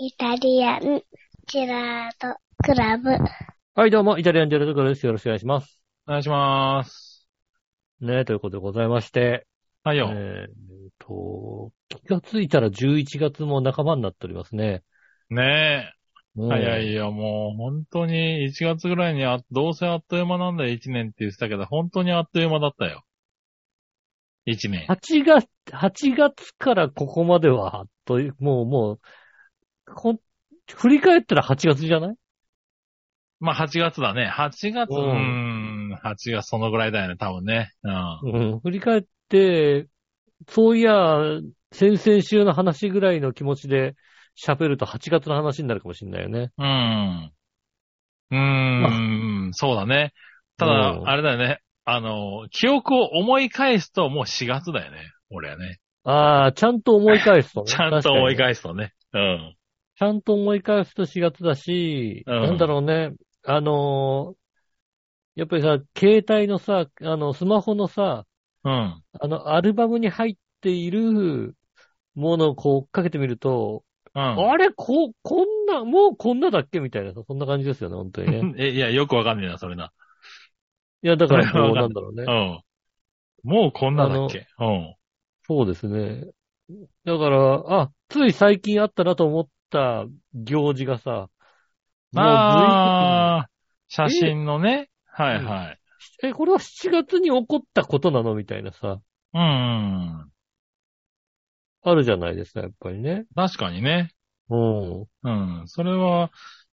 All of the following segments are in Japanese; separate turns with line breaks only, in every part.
イタリアンジェラートクラブ。
はい、どうも、イタリアンジェルトクラブです。よろしくお願いします。
お願いします。
ね、ということでございまして、
はい
え
よ。
ーっと、気がついたら11月も半ばになっておりますね。
ね
う
え。
ん
早いよ、もう本当に1月ぐらいにあ、どうせあっという間なんだよ、1年って言ってたけど、本当にあっという間だったよ。1年。
8月、8月からここまでは、という、もう、もう、ほん、振り返ったら8月じゃない
まあ8月だね。8月、
う
うんーん、8月そのぐらいだよね、多分ね。うん。
うん。振り返って、そういや、先々週の話ぐらいの気持ちで喋ると8月の話になるかもしれないよね。
うん。うーん、そうだね。た
う
だ、
ん
あれだよね。あの、記憶を思い返すともう4月だよね。俺はね。
ああ、ちゃんと思い返すと、ね。
ちゃんと思い
す。
返すとね。うん。
ちゃんと思い返すと4月だし、
うん
なんだろうね。あのーやっぱりさ、携帯のさ、あの、スマホのさ、
うん。
あの、アルバムに入っているものをこう追っかけてみると、
うん。
あれ、こ、こんな、もうこんなだっけみたいな、そんな感じですよね、本当にね。
え、いや、よくわかんねえな、それな。
いや、だから、こう、
それは
な
わか
んだろうね
う。ん。もうこんなだっけうん。
そうですね。だから、あ、つい最近あったなと思った行事がさ、もう随
ああ、写真のね。はいはい。
時え、これは7月に起こったことなのみたいなさ、
うん。
あるじゃないですか、やっぱりね。
確かにね。
うん。
うん。それは、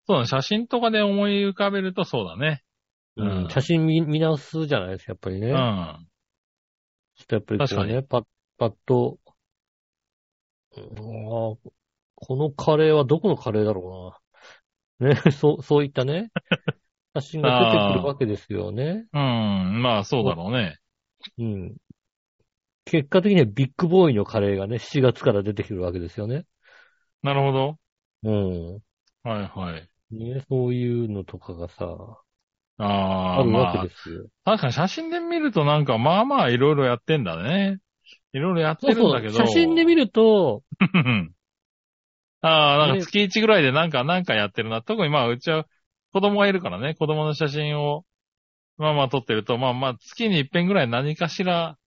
そうだね。写真とかで思い浮かべるとそうだね。うん
うん写真見見直すじゃないですか、やっぱりね。
うん。
ちょっとやっぱりこう
確か
ね、パッ、パッと、うんあーこのカレーはどこのカレーだろうな。ね、 そう、そういったね、写真が出てくるわけですよね。
うん。まあ、そうだろうね。
うん。結果的にはビッグボーイのカレーがね、7月から出てくるわけですよね。
なるほど。
うん。
はいはい。
ね、そういうのとかがさ、
あ
あ
あ、
るわ
ま
け
あ
で、すよ。
確かに写真で見るとなんか、まあまあ、いろいろやってんだね。いろいろやっ
そ
て
う
るん
そ
だけ
う、
ど。
写真で見ると、
うんああ、なん
ね
か月1ぐらいでなんか、なんかやってるな。特にまあ、うちは子供がいるからね、子供の写真を、まあまあ撮ってると、まあまあ、月に一遍ぐらい何かしら、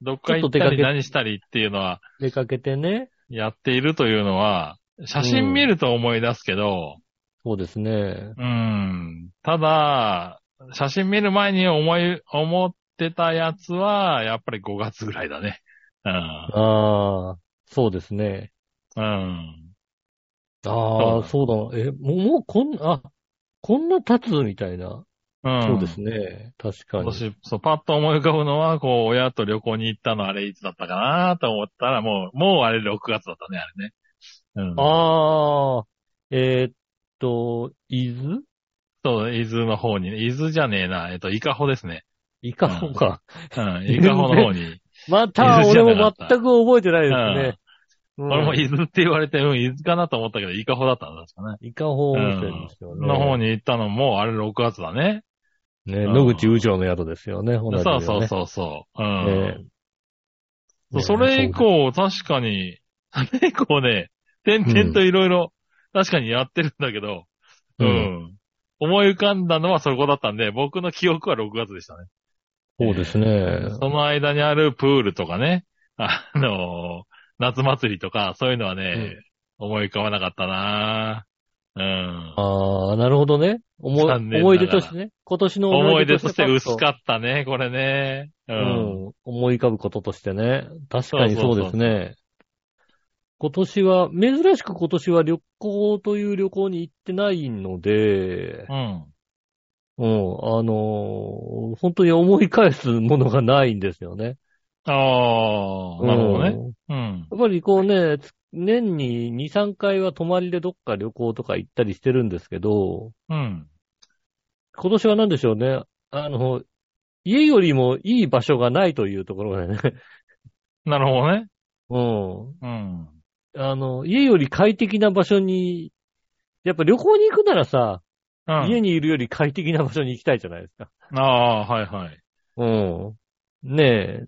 どっか行っ
ちょったと出かけて
り何したりっていうのは、
出かけてね、
やっているというのは、写真見ると思い出すけど、
そうですね。
うん、ただ、写真見る前に思い、思ってたやつは、やっぱり5月ぐらいだね。うん。
ああ、そうですね。
うん。
ああ、
そ
そうだ。え、もう、もうこんな、あ、こんな経つみたいな。
うん。
そうですね。確かに。
私、そう、パッと思い浮かぶのは、こう、親と旅行に行ったのあれいつだったかなと思ったら、もう、もうあれ6月だったね、あれね。うん。
ああ、えーっと、伊豆
そう、伊豆の方に、伊豆じゃねえな、えっと、イカホですね。
イカホか。
うん、イカホの方に。
また、
伊豆じ
俺
ゃな
も
かった
全く覚えてないですね。うん
俺も伊豆って言われて、うん、伊豆かなと思ったけど、イカホだったんですかね。
伊香保温泉ですよね。
の方に行ったのも、あれ6月だね。
ね、
うん
野口宇城の宿ですよね、同じ
そ
よ
うそう
ね。
そうそう。う
ね
ん。
ね
それ以降、確かに、 それ以降ね、点々といろいろ、確かにやってるんだけど、
う。
うんん。思い浮かんだのはそこだったんで、僕の記憶は6月でしたね。
そうですね。
その間にあるプールとかね、あのー夏祭りとか、そういうのはね、思い浮かばなかったなうん。
ああ、なるほどね。思い
残念ながら
思い出としてね。今年の
思
思い
い
出
出
と
と
し
してて
パッ
薄かったね、これね。う。
うんん。思い浮かぶこととしてね。確かにそうですね。今年は、珍しく今年は旅行という旅行に行ってないので、
うん。
うん、あのー本当に思い返すものがないんですよね。
ああ、なるほど
う
ね。
ん
うん。
やっぱりこうね、つ年に2、3回は泊まりでどっか旅行とか行ったりしてるんですけど、
うん。
今年は何でしょうね。あの、家よりもいい場所がないというところがね。
なるほどね。
うん。
うん。
あの、家より快適な場所に、やっぱ旅行に行くならさ、
うん。
家にいるより快適な場所に行きたいじゃないですか。
ああ、はいはい。
うん。ねえ。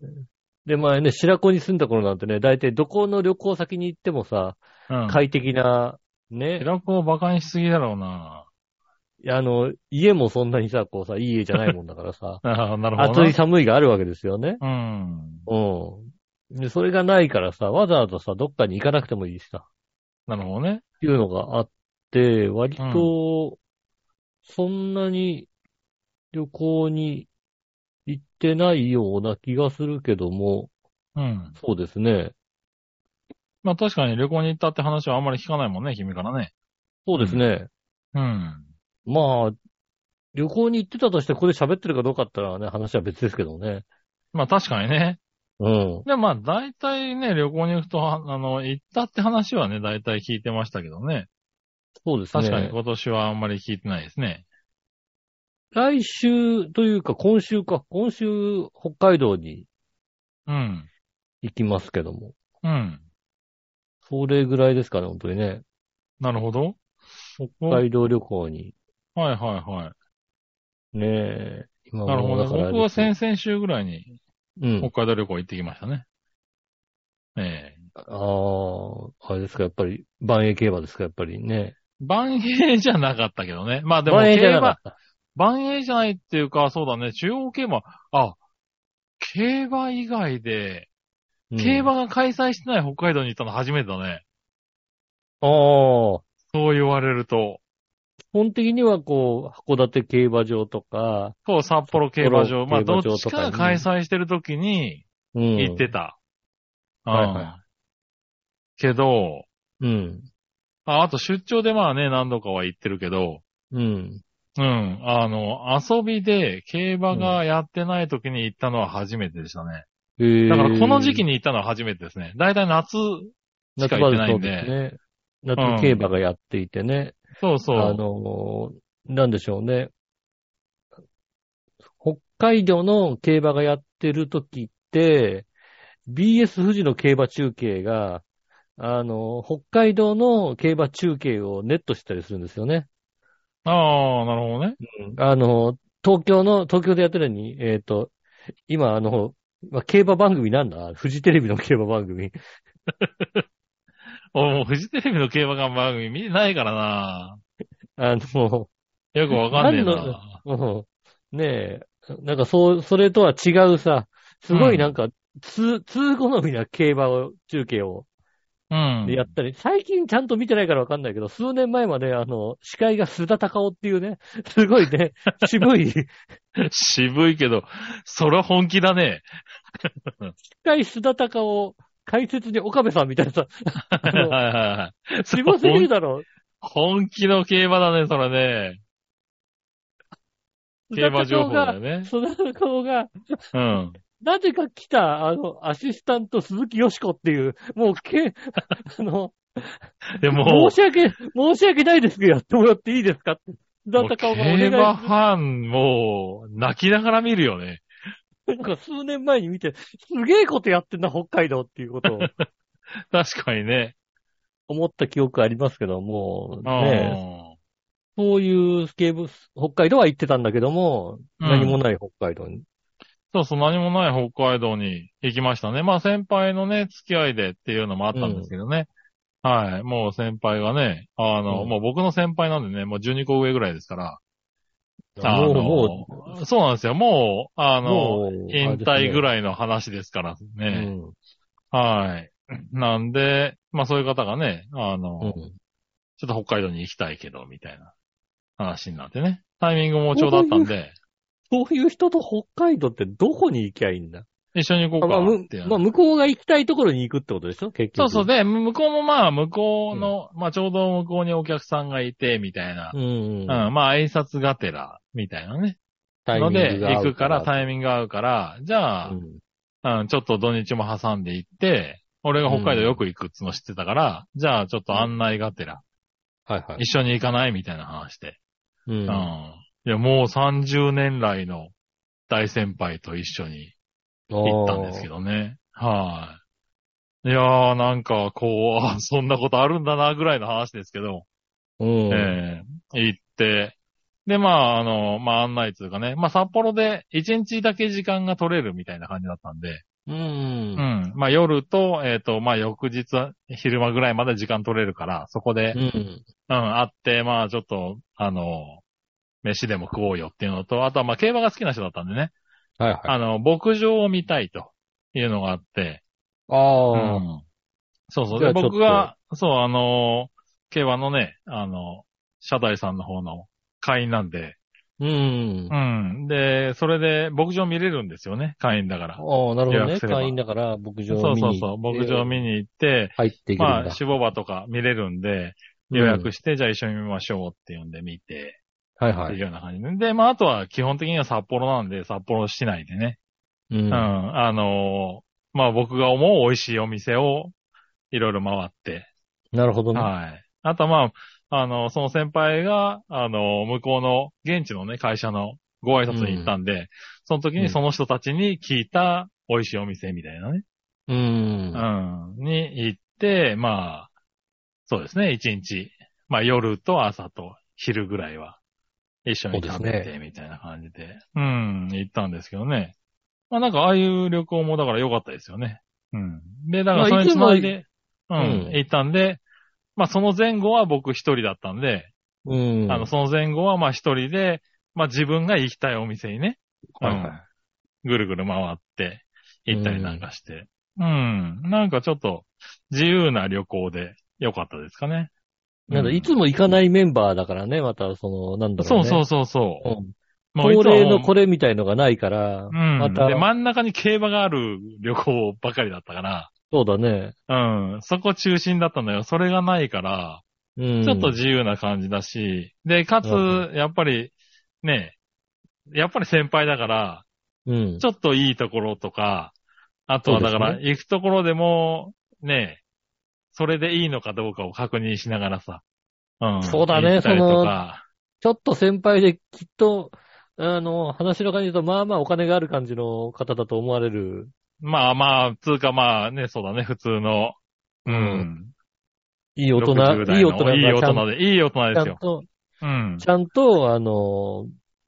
で、前ね、白子に住んだ頃なんてね、大体どこの旅行先に行ってもさ、
うん。
快適なね。
平子を馬鹿にしすぎだろうな。、
いやあの、家もそんなにさ、こうさ、いい家じゃないもんだからさ
ああ、 なるほどな。
暑い寒いがあるわけですよね。
うん。
うん。で、それがないからさ、わざわざさ、どっかに行かなくてもいいしさ、
なるほどね。
っていうのがあって、割と、そんなに旅行に行ってないような気がするけども、
うん。
そうですね。
まあ確かに旅行に行ったって話はあんまり聞かないもんね、君からね。
そうですね。
うん。
まあ、旅行に行ってたとしてここで喋ってるかどうかってのはね、話は別ですけどね。
まあ確かにね。
うん。
で、まあ大体ね、旅行に行くと、あの、行ったって話はね、大体聞いてましたけどね。
そうですね。
確かに今年はあんまり聞いてないですね。
来週というか今週か、今週北海道に
うん。
行きますけども。
うん。
それぐらいですかね、本当にね。
なるほど。北
北海道旅行に。
はいはいは
ねえ。今
い。なるほど。僕は
先
先々週ぐらいに
うん。
北海道旅行行ってきましたね。ええ
ああ、あれですか、やっぱり、万栄競馬ですか、やっぱりね。
万栄じゃなかったけどね。まあでも、
万栄じゃなかった。
万栄じゃないっていうか、そうだね、中央競馬、あ、競馬以外で、
うん
競馬が開催してない北海道に行ったの初めてだね。
ああ、
そう言われると。
基本的にはこう、函館競馬場とか、
そう、札幌競馬場。
札幌
まあ、
競
ど
馬
っ
場
ちかが
とか
開
に
催してる時に
うん。
行ってた。うん
はいはい
けど、
うん。
あ、あと出張でまあね、何度かは行ってるけど、
うん。
うん。あの、遊びで競馬がやってない時に行ったのは初めてでしたね。
えー
だからこの時期に行ったのは初めてですね。だいたい夏、しか行ってないんで
夏場そうですね。夏競馬がやっていてね。
そうそう。
あのーなんでしょうね。北海道の競馬がやってる時って、BS 富士の競馬中継が、あのー北海道の競馬中継をネットしたりするんですよね。
ああ、なるほどね。
あのー東京の、東京でやってるのに、えっ、と、今あの、まあ競馬番組なんだフジテレビの競馬番組。
俺もうフジテレビの競馬番組見てないからな。
あの、
よくわかんね
何
え
の
な。
うんねえ、なんかそう、それとは違うさ、すごいなんか、通、通好みな競馬を、中継を
うん。
やったり、最近ちゃんと見てないからわかんないけど、数年前まで、あの、司会が須田隆夫っていうね、すごい ね、渋い、司
渋いけど、それは本気だね。
会須田隆夫、解説に岡部さんみたいなさ、あ
はいはい
の
はい。
渋すぎるだろ。
本気の競馬だね、それね。競馬情報だよね。
須田隆夫が、
うん。
なぜか来た、あの、アシスタント鈴木よしこっていう、もう、け、あの、
で
申、
も
し訳、申し訳ないですけど、やってもらっていいですかって。だ
も
った
う競
かお願いし
馬
ま
ファン、もう、泣きながら見るよね。
す。なんか数年前に見て、すげえことやってんな、北海道っていう ことを
確かにね。
思った記憶ありますけども、
うん
ねえ、そういうスケーブ、北海道は行ってたんだけども、
うん
何もない北海道に。
そうそう、何もない北海道に行きましたね。まあ先輩のね、付き合いでっていうのもあったんですけどね。はい。もう先輩がね、あの、
うん
もう僕の先輩なんでね、もう12個上ぐらいですから。あ
も
の
う、も
そうなんですよ。もう、あ
う、
の、
もう、
引退ぐ
い。
らいの話ですから
う
ね。
ん。
はい。なんで、まあそういう方がね、あの、
うん。
ちょっと北海道に行きたいけど、みたいな話になってね。タイミングもちょうどあったんで、
そういう人と北海道ってどこに行きゃいいんだ
一緒に行こ
ま
う
あ、
か
む
っていう話
まあ、向こうが行きたいところに行くってことでしょ結
そう
局。
そう。で、向こうもまあ、向こうの、まあ、ちょうど向こうにお客さんがいて、みたいな。
う。
うんん、まあ、挨拶がてら、みたいなね。
タイミ
の
ングが合
で、
う
行くから、タイミングが合うから、じゃあ、
う
うん
ん
ちょっと土日も挟んで行って、俺が北海道よく行くっつの知ってたから、じゃあ、ちょっと案内がてら、
はいはい。
一緒に行かないみたいな話で。
う
うんん。いや、もう30年来の大先輩と一緒に行ったんですけどね。はい。いやー、なんか、こう、あ そんなことあるんだな、ぐらいの話ですけど、
あー。うん。
えー行って、で、まあ、あの、まあ、案内というかね、まあ、札幌で1日だけ時間が取れるみたいな感じだったんで、
う。
うんん。まあ夜と、えっ、と、まあ翌日、昼間ぐらいまで時間取れるから、そこで、
うん。
うん、会って、まあちょっと、あの、飯でも食おうよっていうのと、あとはまあ競馬が好きな人だったんでね、
はいはい。
あの、牧場を見たいというのがあって、う
ああ。
ん、そうそう。
じゃ
で、
あちょっと
僕が、そう、あの、競馬のね、あの、社大さんの方の会員なんで、
うん
う。ん。で、それで牧場見れるんですよね、会員だから。
ああ、なるほど
予
ね。
約すれば
会員だから、牧場
そう
見
そう
に
そう、
行って
牧場見に行って、
入っていける
ま
ん
あ、
だ。
死亡場とか見れるんで、予約して、じゃあ一緒に見ましょうって呼んで見て、
はい
っ
は
ていう
い。
ような感じで。で、まあ、あとは基本的には札幌なんで、札幌市内でね。
う
うんん。あのーまあ、僕が思う美味しいお店を、いろいろ回って。
なるほどね。
はい。あとはまあ、あの、その先輩が、あの、向こうの、現地のね、会社のご挨拶に行ったんで、その時
う
に
ん
その人たちに聞いた美味しいお店みたいなね。
う。
うんん、に行って、まあ、そうですね、一日。まあ夜と朝と昼ぐらいは、一緒に食べ
そうです
て、みたいな感じで。うん、行ったんですけどね。まあなんかああいう旅行もだから良かったですよね。うん。で、だからそ
まあ
れにつないで、う
も
ん
う、ん
行ったんで、まあその前後は僕一人だったんで、
うん。
あの、その前後はまあ一人で、まあ自分が行きたいお店にね、
はいはい
ぐるぐる回って行ったりなんかして。うん。なんかちょっと自由な旅行で良かったですかね。
なんだ、
うん
いつも行かないメンバーだからね、また、その、なんだろ
そうう
ね。
そうそうそう。
うん
もうい
恒
つも
例のこれみたいのがないから、
うん。
また
で、、真ん中に競馬がある旅行ばかりだったから、
そうだね。
うん。そこ中心だったんだよ。それがないから、
うん。
ちょっと自由な感じだし、で、かつ
う、
やっぱり、ね、やっぱり先輩だから、
うん。
ちょっといいところとか、あとはだから、
そう
行くところでも、ね、それでいいのかどうかを確認しながらさ。うん。
そうだね
行ったりとか
ちょっと先輩できっと、あの、話の感じだと、まあまあお金がある感じの方だと思われる。
まあまあ、つうかまあね、そうだね、普通の。うん。
いい大人
60、
い
代
い
の
大人が
い
ち
い
ゃん
大人で、いい大人
ちゃ
です
ん
よ。
と、
うん。
ちゃんと、あの、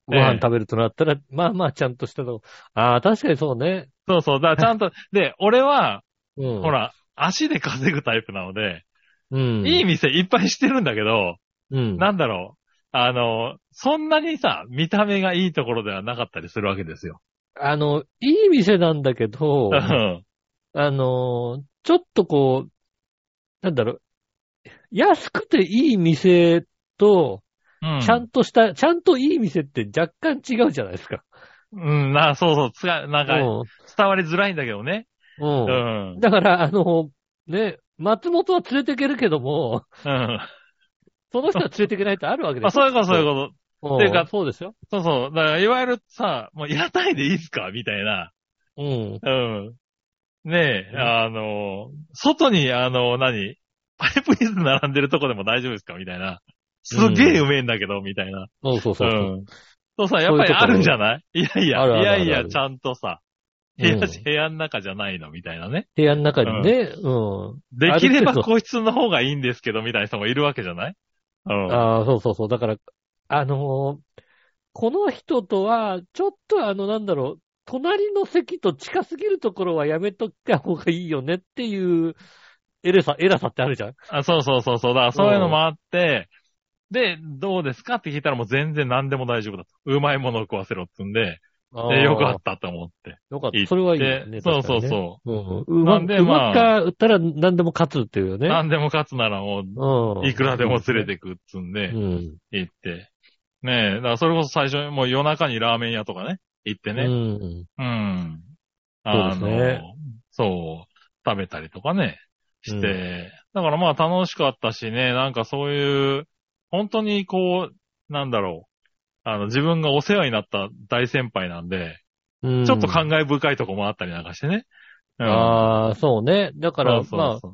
ご飯食べるとなったら、まあまあちゃんとしたの。ああ、確かにそうね。
そうそう。だからちゃ んと、で、俺は、
うん。
ほ。ら、足で稼ぐタイプなので、
うん。
いい店いっぱいしてるんだけど、
うん。
なんだろう。あの、そんなにさ、見た目がいいところではなかったりするわけですよ。
あの、いい店なんだけど
う、ん。
あの、ちょっとこう、なんだろう、安くていい店と、
うん
ちゃんとした、ちゃんといい店って若干違うじゃないですか。
うん、な、そうそう、つが、なんか、
う。
伝わりづらいんだけどね。うん
うん。
ん。
だから、あの、ね、松本は連れてけるけども、
うん。
その人は連れてけないってあるわけで
あ、
すよ。
そういうこと、そういうこ
うん
っていうか
そうですよ。
と。そうそう。だから、いわゆるさ、もう、屋台でいいっすかみたいな。
うん。
うん。ね
う
え、
ん
あの、外に、あの、何パイプ椅子並んでるとこでも大丈夫ですかみたいな。すげえうめえんだけど、みたいな。
そうそう
う
そう。
ん。そうさ、やっぱりあるんじゃないいやい
ある
や、
あ
い
るあ
や
る
いや、ちゃんとさ、部
うん
屋、部屋の中じゃないのみたいなね。
部屋の中にね、うん。
できれ
ある程
ば
度
個室の方がいいんですけど、みたいな人もいるわけじゃないうん。
ああ、そうそうそう。だから、あのーこの人とは、ちょっとあの、なんだろう、隣の席と近すぎるところはやめとった方がいいよねっていう、エレさ、エラさってあるじゃん
あそうそうそうそう。だからそういうのもあって、で、どうですかって聞いたらもう全然何でも大丈夫だと。うまいものを食わせろって言うんで、えよかったと思って。
た。よかっ
行
た。それはいい
で
よね。
そうそう
う。
そう。
うん、うま
なんでまあ
うまくか打ったら何でも勝つっていうね。
何でも勝つならも
うん。
う、いくらでも連れてくっつうんで、
うん。
行って。ねえ、だからそれこそ最初にもう夜中にラーメン屋とかね、行って
う
ね。
ん。
うん。
そうで
あ
す
の、
ね
そう、食べたりとかね、して、だからまあ楽しかったしね、なんかそういう、本当にこう、なんだろう、あの、自分がお世話になった大先輩なんで、
うん
ちょっと感慨深いとこもあったりなんかしてね。うん、
ああ、そうね。だ
そ
か
う
ら、
そう
まあ、
そう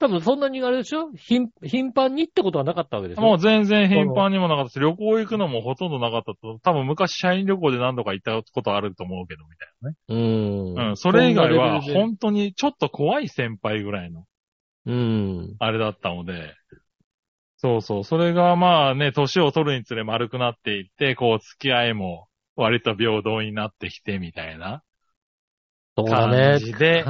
多分そんなにあれでしょ頻頻繁にってことはなかったわけでしょ
もう全然頻繁にもなかったし、旅行行くのもほとんどなかったと、多分昔社員旅行で何度か行ったことあると思うけど、みたいなね。
うん。
うん、それ以
そ
外は
んなレベルで
本当にちょっと怖い先輩ぐらいの
うん。
あれだったので、そうそう、それがまあね、年を取るにつれ丸くなっていって、こう、付き合いも割と平等になってきてみたいな。
そうだ
感
ね。
じで、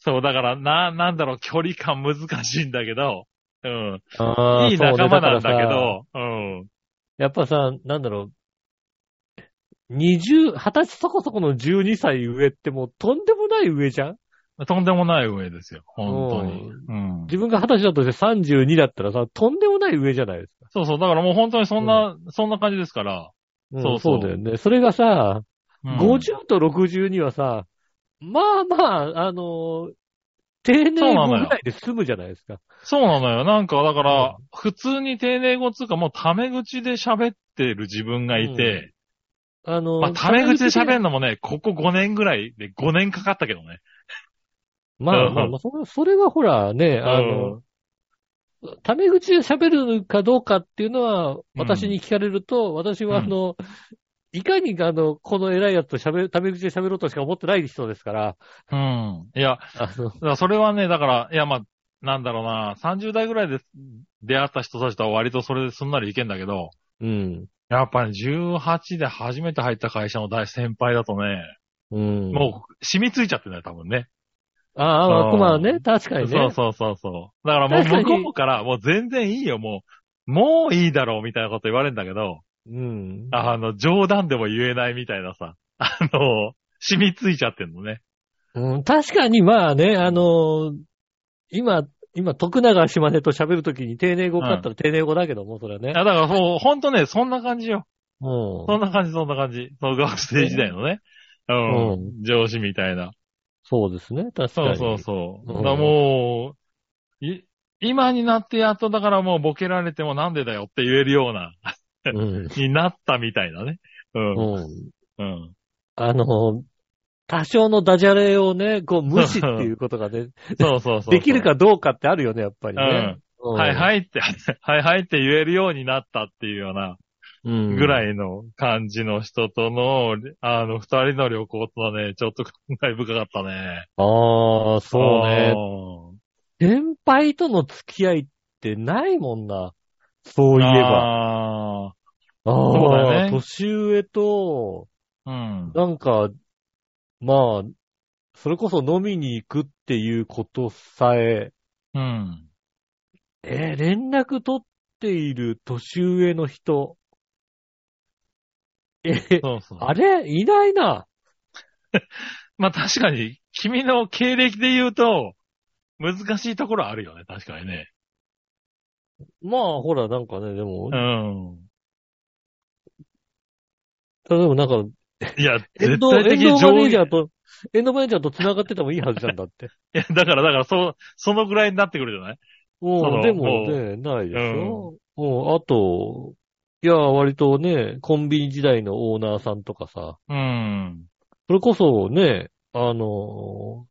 そう、だから、な、なんだろう、距離感難しいんだけど、うん。
あー
いい仲間なんだ。
そうね
け
からさ
ど、うん。
やっぱさ、なんだろう。二十、二十歳そこそこの12歳上ってもうとんでもない上じゃん
とんでもない上ですよ、本当に。うん。
自分が二十歳だとして32だったらさ、とんでもない上じゃないですか。
そうそう、だからもう本当にそんな、そんな感じですから。
うん
そうそう
だよね。それがさ、
うん
50と60にはさ、まあまあ、あのー定年後ぐらいで済むじゃないですか。
そうなのよ。なんか、だか
う
ら、普通に定年語っつうか、もうタメ口で喋ってる自分がいて、
あのー、
まあ、タメ口で喋
る。
るのもね、ここ5年ぐらいで5年かかったけどね。
まあまあまあ、それそれはほらね、あの、タメ口で喋るかどうかっていうのは、私に聞かれると、私はあの、いかにあの、この偉いやつと喋る、タメ口で喋ろうとしか思ってない人ですから、
うん。いや、
あの、
だからそれはね、だから、いや、まあ、なんだろうな、30代ぐらいで出会った人たちとは割とそれですんなりいけんだけど、
うん。
やっぱり、ね、18で初めて入った会社の大先輩だとね、
うん。
もう染みついちゃってんだよ、多分ね。
う。ああ、まあ、
うん
まあね、確かにね。
そうそうそうそう。だからも
確か
う
に
向こうから、もう全然いいよ、もう、もういいだろう、みたいなこと言われるんだけど、
うん。
あの、冗談でも言えないみたいなさ、あの、染みついちゃってんのね。
うん、確かに、まあね、あのー今、今、徳永島根と喋るときに定年語だったら定年語だけども、それはね。
あだからもう、ほんとね、そんな感じよ。
もう
そんな感じ、そんな感じ。その学生時代のね、うん、
う
上司みたいな。
そうですね、確か
そう
に。
そうそ
う
う。
ん
だからもう、い今になってやっとだからもうボケられてもなんでだよって言えるような、
うん。
になったみたいなね。うん。
うん。
うん。
あのー多少のダジャレをね、こう、無視っていうことがね、
そうそうそう。
できるかどうかってあるよね、やっぱりね。
うん。はい
い。
はいって、 はいはいって言えるようになったっていうような
うん。
ぐ
い。
らいの感じの人との、あの、二人の旅行とはね、ちょっと感慨深かったね。
ああ、そうね。
ね。
先輩との付き合いってないもんな。そういえば。
ば。
ああ
そうだよね
年上と、
うん。
なんか、まあ、それこそ飲みに行くっていうことさえ、
うん。
えー連絡取っている年上の人。えー
そうそう。
あれいないな。
まあ確かに、君の経歴で言うと、難しいところあるよね、確かにね。
まあ、ほら、なんかね、でも
う、ん。
例えばなんか、
いや、
エ
絶
ンド、エ
対的
ンド
上
マネー
位。い
ジャ
や、
ーと、エンドマネージャーと繋がっててもいいはずじゃんだって。
だから、だから、そう、そのぐらいになってくるじゃない そ
うん、
の
でも
も
ね、ないでしょ。うん、あと、いや、割とね、コンビニ時代のオーナーさんとかさ、
うん。
それこそね、あのー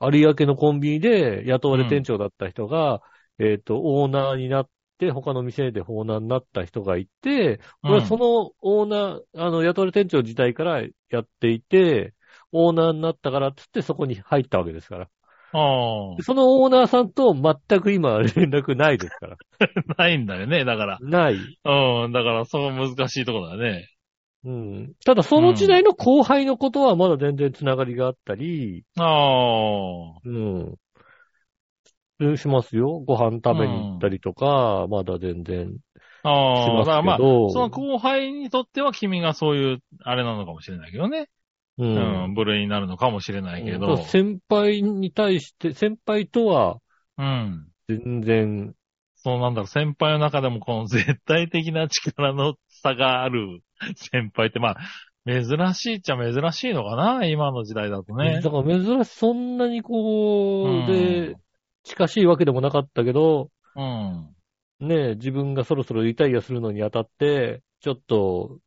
有明のコンビニで雇われ店長だった人が、えっ、と、オーナーになって、他の店でオーナーになった人がいて、俺はそのオーナー、あの、雇われ店長自体からやっていて、オーナーになったからっつってそこに入ったわけですから。
あ
そのオーナーさんと全く今連絡ないですから。
あ。ないんだよね、だから。
ない。
うん、だから、そう難しいところだね。
うん。ただその時代の後輩のことはまだ全然つながりがあったり、
ああ。
うん。うんしますよ。ご飯食べに行ったりとか、まだ全然。
あ
し
あ。
ますけど
だからまあ、その後輩にとっては君がそういう、あれなのかもしれないけどね。
う。
うんん、部類になるのかもしれないけ
うん
ど。
先輩に対して、先輩とは
うん。
全然、
そうなんだろう、先輩の中でもこの絶対的な力の差がある先輩って、まあ、珍しいっちゃ珍しいのかな、今の時代だとね。
だから珍しい、そんなにこう、
うん
で、近しいわけでもなかったけど、
うん。
ねえ、自分がそろそろリタイアするのにあたって、ちょっと、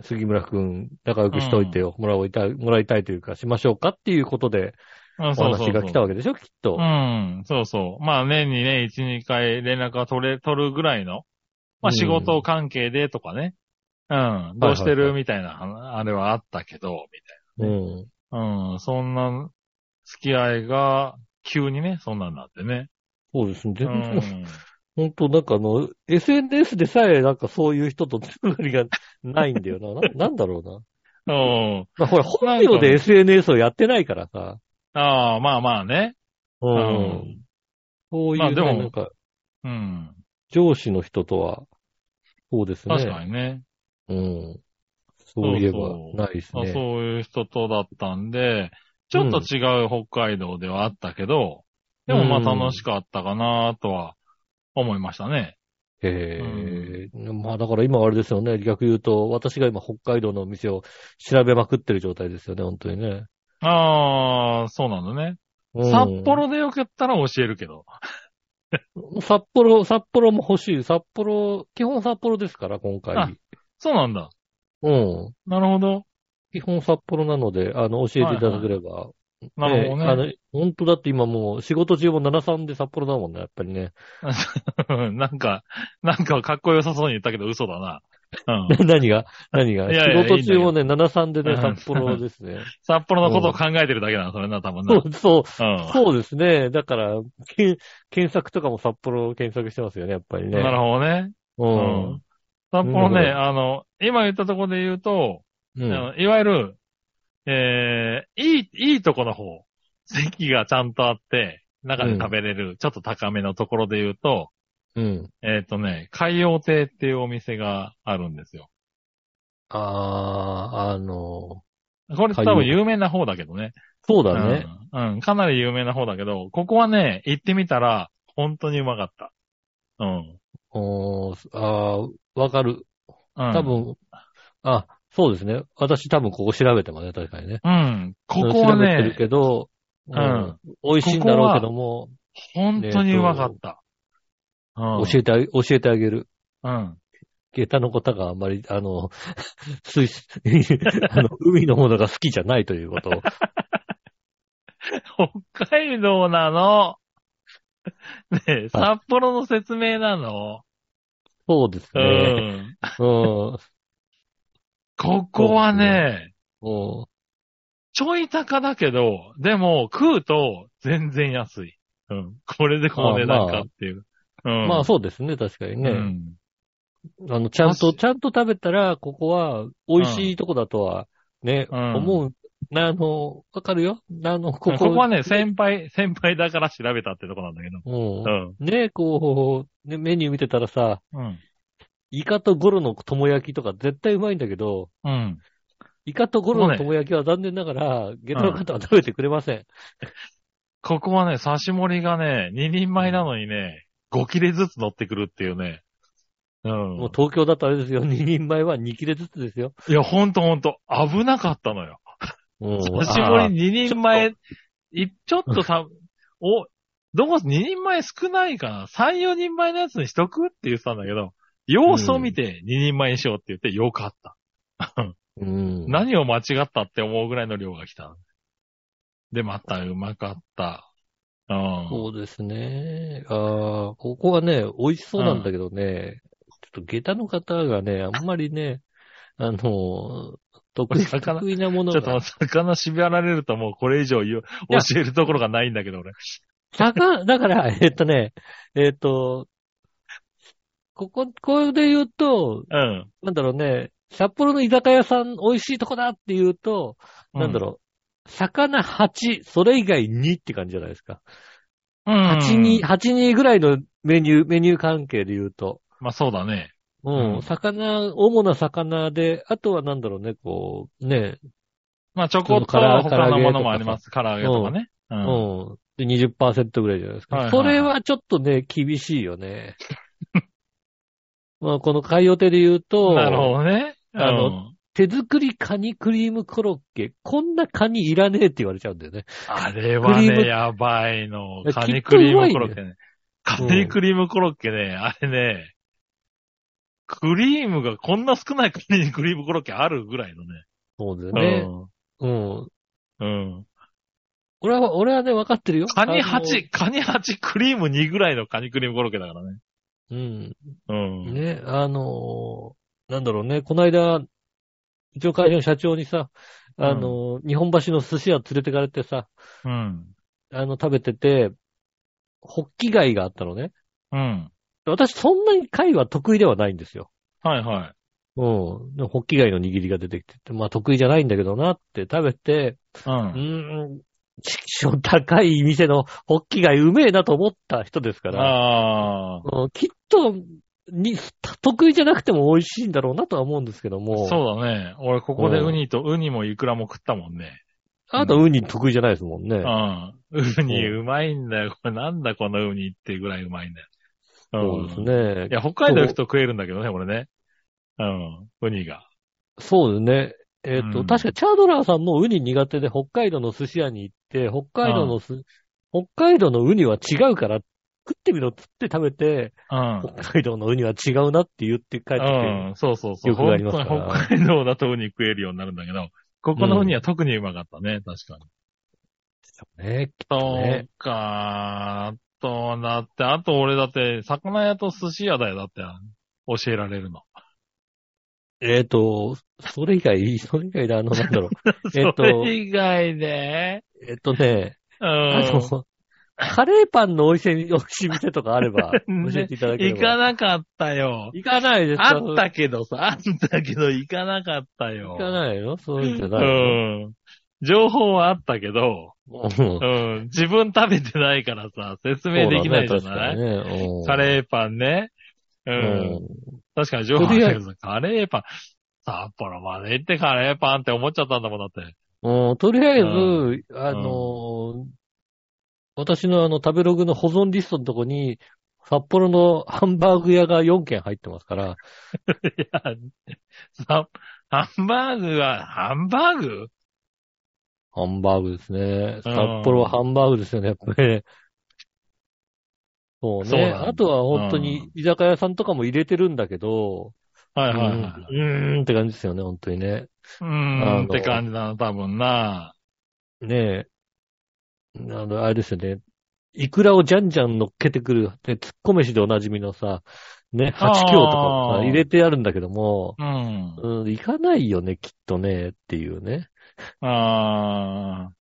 杉村くん、仲良くしといてよ、もらおいたい、もらいたいというか、しましょうかっていうことで、
うん、
お
そうそう
話
そう
が来たわけでしょ、きっと。
うん、そうそう。まあ、年にね、1、2回連絡が取れ、取るぐらいの、まあ、仕事関係でとかね。うん、どうして
はい
る
は
みたいな、あれはあったけど、み
うん。
たいな。うん、そんな付き合いが、急にね、そんなんなってね。
そうですね。
う
全然
ん。
本当、なんかあの、SNS でさえなんかそういう人とつながりがないんだよな。ななんだろうな。
うん。
まあ、ほら、本名で SNS をやってないからさ。
ああ、まあまあね。
う。
うんん。
そういう
まあ
ね、
でも
なんか、
うん。
上司の人とは、そうですね。
確かにね。
うん。そういえば
そうそ、う
ないです
まあ
ね。
そういう人とだったんで、ちょっと違う北海道ではあったけど、でもまあ楽しかったかなとは思いましたね。
ええまあだから今あれですよね。逆言うと、私が今北海道のお店を調べまくってる状態ですよね、本当にね。
ああ、そうなんだね。
うん
札幌でよかったら教えるけど。
札幌、札幌も欲しい。札幌、基本札幌ですから、今
あ
回。
そうなんだ。
うん。
なるほど。
基本札幌なので、あの、教えていただければ。
なるほどね。
ええあの、本当だって今もう仕事中も73で札幌だもんね、やっぱりね。
なんか、なんかかっこよさそうに言ったけど嘘だな。うん。
何が何が
いやいや
仕事中もね、73で
う
ね、
ん
札幌ですね。
札幌のことを考えてるだけなの、それな、多分 な。
そうう、そう、
ん。
そうですね。だから、け検索とかも札幌を検索してますよね、やっぱりね。
なるほどね。う
ほ
ん。札幌ね、
うん
あの、今言ったところで言うと、
ど。うん。
あのいわゆる、えー、いい、いいとこの方、席がちゃんとあって、中で食べれる、ちょっと高めのところで言うと、
うん。
えっ、とね、海洋亭っていうお店があるんですよ。
あー、あの、
これ多
海洋
分
亭
有名な方だけどね。
そうだね。
うん。うん。かなり有名な方だけど、ここはね、行ってみたら、本当にうまかった。うん。
おーあーわかる。
うん、
多。分、あ、そうですね。私多分ここ調べてますね、確かにね。
うん。ここは
調べてる
ね、
けど、うん
うん
美味しいんだろうけども、
本当にうまかった。うん。
教えてあげ、教えてあげる。
うん。
下駄のことがあんまり、あの、 水、 あの海のものが好きじゃないということを。
北海道なの。ねえ札幌の説明なの。
そうです
う
ね。
ん。
うん。
ここはね、
うん
ちょい高だけど、でも食うと全然安い。うん。これでこの値段かっていう。うん。
まあそうですね、確かに
う
ね。
ん。
あの、ちゃんと、
確
ちゃんと食べたら、ここは美味しいとこだとは、ね、
うん
思う。な、あの、わかるよ。あの、ここ。
ここはね、先輩、先輩だから調べたってとこなんだけど。
うん
う。ん。
ね、こう、ね、メニュー見てたらさ、
うん。
イカとゴロの友焼きとか絶対うまいんだけど、
うん。
イカとゴロの友焼きは残念ながら、ゲタの方は食べてくれません。
ここはね、刺し盛りがね、2人前なのにね、5切れずつ乗ってくるっていうね。うん
もう。東京だとあれですよ、2人前は2切れずつですよ。
いや、ほんとほんと、危なかったのよ。
うん
刺し盛り2人前、いちょっとさ、お、どこ、2人前少ないかな ?3、4人前のやつにしとくって言ってたんだけど、様子を見て2人前にしようって言ってよかった。
うん。
何を間違ったって思うぐらいの量が来た。で、またうまかった。うん。
そうですね。ああ、ここはね、美味しそうなんだけどね、ちょっと下駄の方がね、あんまりね、あの、得意
魚
得意なもの
ちょっと
が。
魚しびられるともうこれ以上言う
いや
教えるところがないんだけど俺。
魚、 だから、えっとね、えっと、ここ、これで言うと、
うん。
なんだろうね、札幌の居酒屋さん美味しいとこだって言うと、なんだろう、魚8、それ以外2って感じじゃないですか。
うん。うん。
8に、8にぐらいのメニュー、メニュー関係で言うと。
まあそうだね。
う。
うんん
魚、主な魚で、あとはなんだろうね、こう、ね、
まあちょこっと他のものもあります。唐揚げとかね。う。
うんん。で、20%ぐらいじゃないですか。
はいはい
それはちょっとね、厳しいよね。 まあ、この海洋亭で言うと、
なるほどね。
あの手作りカニクリームコロッケ、こんなカニいらねえって言われちゃうんだよね。
あれは
クリーム
ね、やばいの
い。や
カニクリーム
きっと
コ
うま
ロ
いね
ッケね。カニクリームコロッケね、あれね、クリームがこんな少ないカニクリームコロッケあるぐらいの
そうだよ
ね
ね。。うん。
うん。うん。
俺は、俺はね、分かってるよ。
カニ
あの
8、カニ8クリーム2ぐらいのカニクリームコロッケだからね。
うん。
うん。
ね、あのーなんだろうね、この間、うちの会社の社長にさ、あのー日本橋の寿司屋連れてかれてさ、
うん。
あの、食べてて、ホッキ貝があったのね。
うん。
私、そんなに貝は得意ではないんですよ。
はいはい。
うん。でホッキ貝の握りが出てきてて、まあ得意じゃないんだけどなって食べて、
う
うー
ん。
ん、ちくしょう高い店のホッキ貝うめえなと思った人ですから、
ああ、
うんきっと、に、得意じゃなくても美味しいんだろうなとは思うんですけども、
そうだね。俺ここでウニと、ウニもイクラも食ったもんね。
あとウニ得意じゃないですもんね。
うん。ウニうまいんだよ。これなんだこのウニっていうぐらいうまいんだよ。
そうですね
い。や、北海道行くと食えるんだけどね、俺ね。うん。ウニが。
そうですね。えっ、と、
うん
確かチャードラーさんもウニ苦手で北海道の寿司屋に行って、北海道のす、北海道のウニは違うから食ってみろっつって食べて、
うん。
北海道のウニは違うなって言って帰ってきて、
うん、そうそうそう。
よくありますから
本当に北海道だとウニ食えるようになるんだけど、ここのウニは特にうまかったね、確かに。
ね、
そうか、と、だって、あと俺だって、魚屋と寿司屋だよ、だって、教えられるの。
えっ、と、それ以外、それ以外であの、なんだ ろう。えっと
それ以外で、
えっとね、
う
あ
ん。
の、カレーパンの美味しい、美味しい店とかあれ ば、教えていただければ。
行かなかったよ。
行かないです
あ
か
ったけどさ、あったけど行かなかったよ。
行かないのそういうんじゃ
う
ないの、
ん。情報はあったけど、
うん
うん。自分食べてないからさ、説明できないじゃな
そうだね確
い、
かにねうん
カレーパンね。うん。
うん
確かに情報あるけどさ、カレーパン。札幌まで行ってカレーパンって思っちゃったんだもんだって。
うん、とりあえず、
う
あのー私のあの食べログの保存リストのとこに、札幌のハンバーグ屋が4軒入ってますから、
いや、さハンバーグは、ハンバーグ
ハンバーグですね。
う
札
ん
幌はハンバーグですよね、やっぱりね。そう
そう
ね。
なんだ
あとは本当に居酒屋さんとかも入れてるんだけど、
は
う
いはいは
ん
い。
うーんって感じですよね、本当にね。
う
あ
ーん
の
って感じだな、多分な。
ねえ。あの、あれですよね。イクラをじゃんじゃん乗っけてくる、ね、ツッコ飯でおなじみのさ、ね、八強とか
あー
入れてあるんだけども、
うん。
うん、行かないよね、きっとね、っていうね。
あ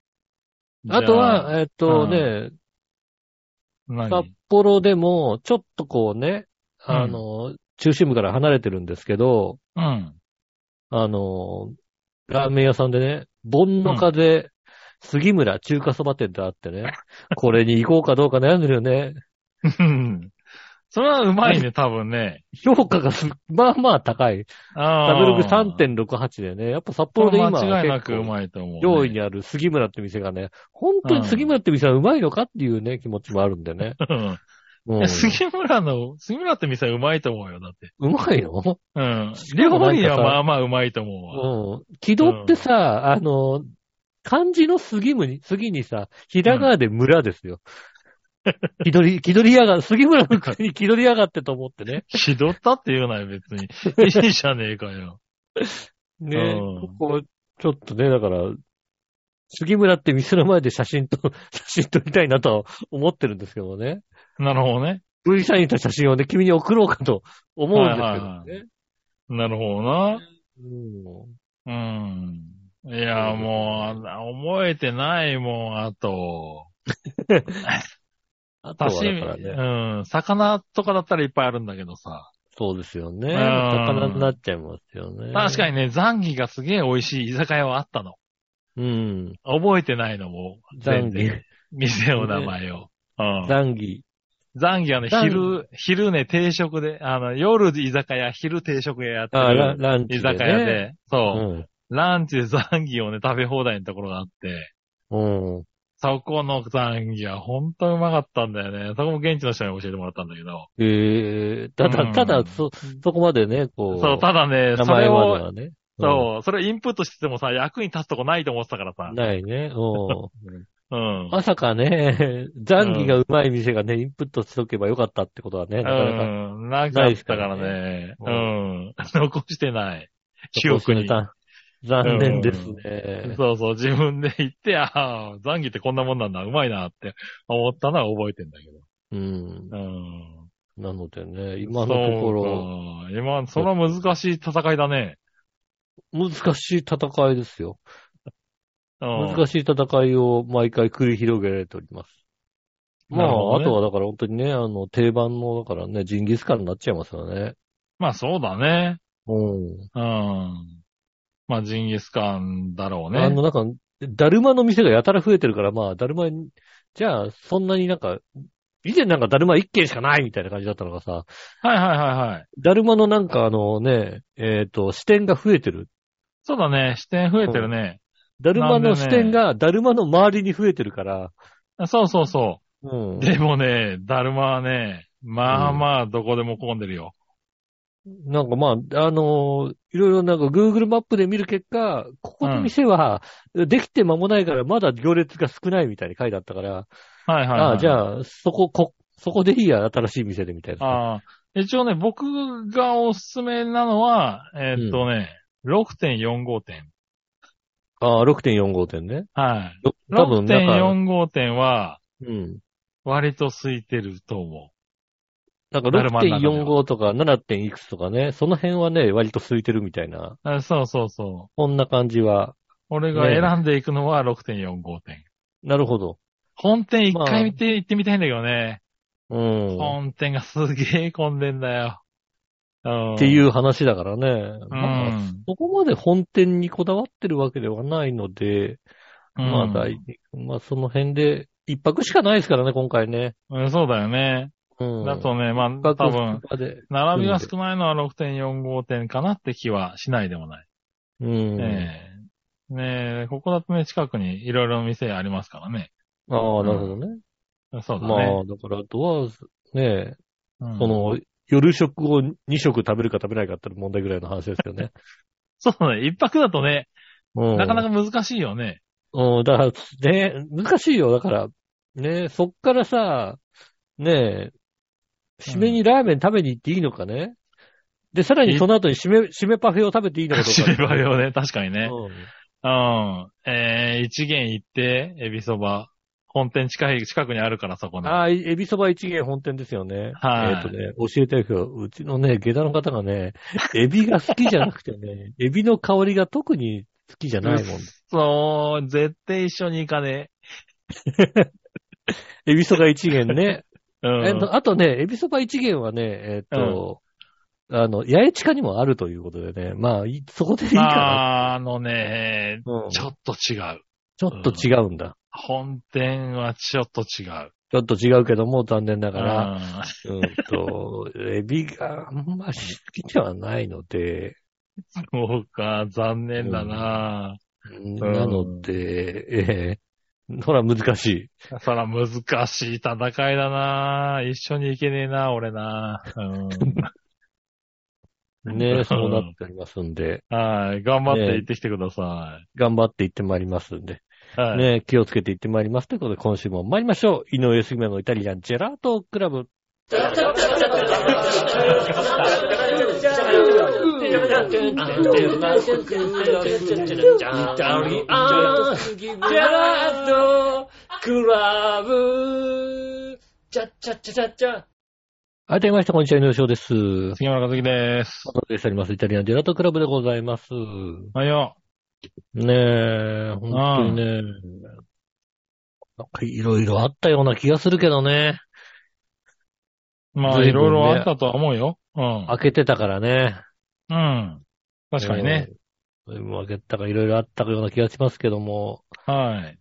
ー
あと、は、えっと
うん
ね、
じゃあ
札幌でも、ちょっとこうね、あの、中心部から離れてるんですけど、
何うん。
あの、ラーメン屋さんでね、盆の風、杉村中華そば店ってあってね、これに行こうかどうか悩んでるよね。
うんそれはうまいね、多分ね。
評価がすまあまあ高い。
ダ
ダブルグ3.68でね、やっぱ札幌で今、
間違いなくう
結構
まいと思うね。
上位にある杉村って店がね、本当に杉村って店はうまいのかっていうね、気持ちもあるんで ね。
うん
う
い
ん
や杉村の、杉村って店はうまいと思うよ、だって。
うまいの
うん。
でも
料理
なんか
は
さ
まあまあうまいと思うわ。
うん。木戸ってさ、あの、漢字の杉むに、杉にさ、ひらがなで村ですよ。木取り、木取りやが、杉村の国に木取りやがってと思ってね。
ひどったって言うなよ、別に。いいじゃねえかよ。
ね、
うん
ここ、ちょっとね、だから、杉村って店の前で写真と、 写真撮りたいなとは思ってるんですけどね。
なるほどね。
V 社員と写真をね、君に送ろうかと思うんですけどね。
はいはいはなるほどな。
うん
うん。いや、もう、思えてないもん、あと。
あとは
刺
だ
身、
からね、
うん。魚とかだったらいっぱいあるんだけどさ。
そうですよね。
ん
魚になっちゃいますよね。
確かにね、ザンギがすげえ美味しい居酒屋はあったの。
に。うん。
覚えてないのも。
ザンギ
全。然店の名前を。うん。
ザンギ。
ザンギはね、
ザンギ
昼、昼ね、定食で、あの、夜居酒屋、昼定食屋やって
あ、ラ
る
ランチ、
居
ね。
酒屋で、。
う
そう、
ん。
ランチでザンギをね、食べ放題のところがあって、
うん。
そこのザンギはほんとうまかったんだよね。そこも現地の人に教えてもらったんだけど。
えー、ただ、
うん
ただ、そ、そこまでね、こう。
そう、ただね、
名
それ
前まで
を、
はね。
そう、それインプットしててもさ、役に立つとこないと思ってたからさ
ん。。ないね。うん。
うん。
まさかね、 ザンギがうまい店がね、インプットしておけばよかったってことはね、なかなか。
うん。なかったからね。
な
うん。 残してない。記憶に。
残念ですね。
そうそう、自分で行って、ああ、ザンギってこんなもんなんだ、うまいなって思ったのは覚えてんだけど。
うん。
うん。
なのでね、今のところ、
そうか。今、その難しい戦いだね。
難しい戦いですよ。
うん、
難
し
し
い。
い戦いを毎回繰り広げられております。ま
なるほ
あ、
どね
あとはだから本当にね、あの、定番の、だからね、ジンギスカンになっちゃいますよね。
まあそうだね。
お
うん。まあ、ジンギスカンだろう
あの、
ね。
なんか、だるまの店がやたら増えてるから、まあ、だるまに、じゃあ、そんなになんか、以前なんかだるま1軒しかないみたいな感じだったのがさ、
はいはいはいはい。
だるまのなんかあのね、えっ、と、視点が増えてる。
そうだね。視点増えてるね。
だるま
なんで
の
ね
視点が、だるまの周りに増えてるから、
そうそうそうう。
ん。
でもね、だるまはね、まあまあ、どこでも混んでるよ。
なんかまあ、あのーいろいろなんか Google マップで見る結果、ここの店は、できて間もないからまだ行列が少ないみたいに書いてあったから、
はいはい、はい。
ああ、じゃあ、そこ、こ、そこでいいや、新しい店でみたいな。
ああ。一応ね、僕がおすすめなのは、えーっとね、6.45点。
ああ、6.45点ね。
はい。
ろ多分なんか、
6.45点は、
うん。
割と空いてると思
なんか
だるまの中では
6.45とか 7. 点いくつとかね、その辺はね、割と空いてるみたいな、
う。あそうそうそう。
こんな感じは。
俺が選んでいくのは6.45点。
なるほど。
本店一
まあ
回見て、行ってみたいんだけどね。
うん。
本店がすげえ混んでんだよ。うん。
っていうう話だからね。
う
まあ
ん。
そこまで本店にこだわってるわけではないので、まあ
うん
大、まあその辺で、一泊しかないですからね、今回ね。
うんそうだよね。
うん。
だとね、まあ、
一
多
泊二
分、
日で。
並びが少ないのは6.45点かなって気はしないでもない。
うん。
ねえ。ねえ、ここだとね、近くにいろいろ店ありますからね。
ああ、なるほどね。
そうだ
ま
ね。
あ、だから、ドアーズ、ねえ、
うん
この、夜食を2食食べるか食べないかって問題ぐらいの話ですよ ね。
そうだね。一泊だとね、
うん。
なかな
か。
か難しいよね。
うん、だから、ね、難しいよ。だから、ね、そっからさ、ねえ、締めにラーメン食べに行っていいのかね。で、さらにその後に締め、締めパフェを食べていいのかどうか。
知ればよね。確かにね。
うん。
うん。えー、一軒行って、エビそば。本店近い、近くにあるからそこね。
ああ、えびそば一元本店ですよね。
はい
えっ、とね、教えてるけど、うちのね、下駄の方がね、エビが好きじゃなくてね、エビの香りが特に好きじゃないもんで
そう、絶対一緒に行かね
エビそば一元ね。
え。う
えっ
ん。
とあとね、エビそば一元はね、えっ、と、あの、八重地下にもあるということでね、まあ、いそこでいいか
あーあのね、
な。うん
ちょっと違う。
ちょっと違うんだ。
本店はちょっと違う。
ちょっと違うけども、残念な
だ
がら、うんと、エビがあんまり好きではないので、
そうか、残念だな、
なので、ええほら難しい。
そら難しい戦いだな一緒に行けねえな俺なうん。
ね、そうなっておりますんで、
はい、頑張って行ってきてくださ
頑張って行ってまいりますんで、
い。はい。
ね、気をつけて行ってまいりますということで、今週も参りましょう。井上杉村のイタリアンジェラートクラブ。はい、どうもみなさんこんにちは、井上翔です。お
杉村和樹です。
届けしております。イタリアンジェラートクラブでございます。
はいよ。
ねえ、本当にね。なんかいろいろあったような気がするけどね。
まあ、
随分ね
いろいろあったとは思うよ。うん。
開けてたからね。
うん。確かにね。
うん。全部開けてたからいろいろあったような気がしますけども、
はい。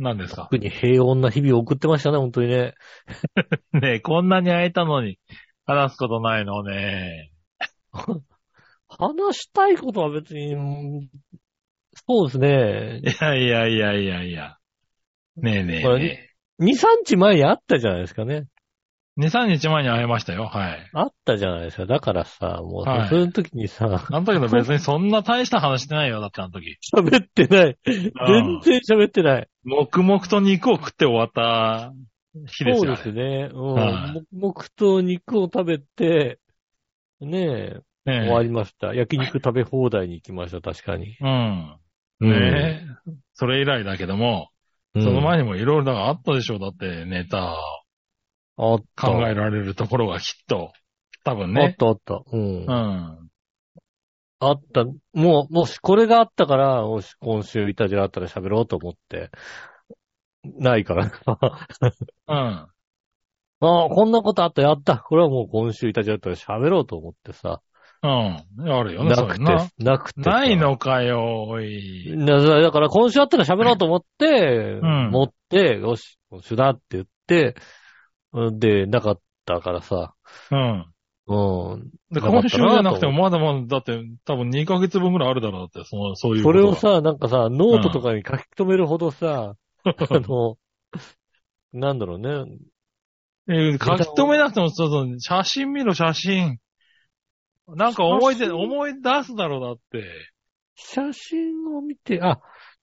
何ですか
特に平穏な日々を送ってましたね、本当にね。
ねえこんなに会えたのに、話すことないのね。
話したいことは別に、うんそうですね。
いやいやいやいやいや。ねえね
こ
え
れ
ねえ。
2、3日前にあったじゃないですかね。
2、3日前に会えましたよ。はい。
あったじゃないですか。だからさ、もう、
はい
その時にさ、
あの時の別にそんな大した話してないよ。だってあの時。
喋ってない。
うん
全然喋ってない。
黙々と肉を食って終わった日です
そう
よ。
ですね。うん。
はい
黙々と肉を食べて、ねえ、
あれ
終わりました。焼肉食べ放題に行きました、確かに。
ねえうん。ねえ。それ以来だけども、
うん
その前にもいろいろだからあったでしょう。だってネタ
あった。
考えられるところがきっと、多分
あっ
ね。
たあった。うん
う。ん。
あった。もう、もしこれがあったから、もし今週いたじらあったら喋ろうと思って。ないから。 あ
うん。
あ、こんなことあった、やった。これはもう今週いたじらあったら喋ろうと思ってさ。
うん。あるよね、
なく
そういうの
て、なくて。
ないのかよ、おい。
なだから今週あったら喋ろうと思って、
うん
持って、よし、今週だって言って、で、なかったからさ、
うん。
うん。な
で、
かったな
今週じゃなくても、まだまだ、だって、多分2ヶ月分ぐらいあるだろう、だって、その、そういう
そ
こと
れ
が
を、さ、なんかさ、ノートとかに書き留めるほどさ、あの、 なんだろうね。
えー書き留めなくても、そうそう、写真見ろ、写真。なんか思い
写
出、
真
思い出すだろう、だって。
写真を見て、あ、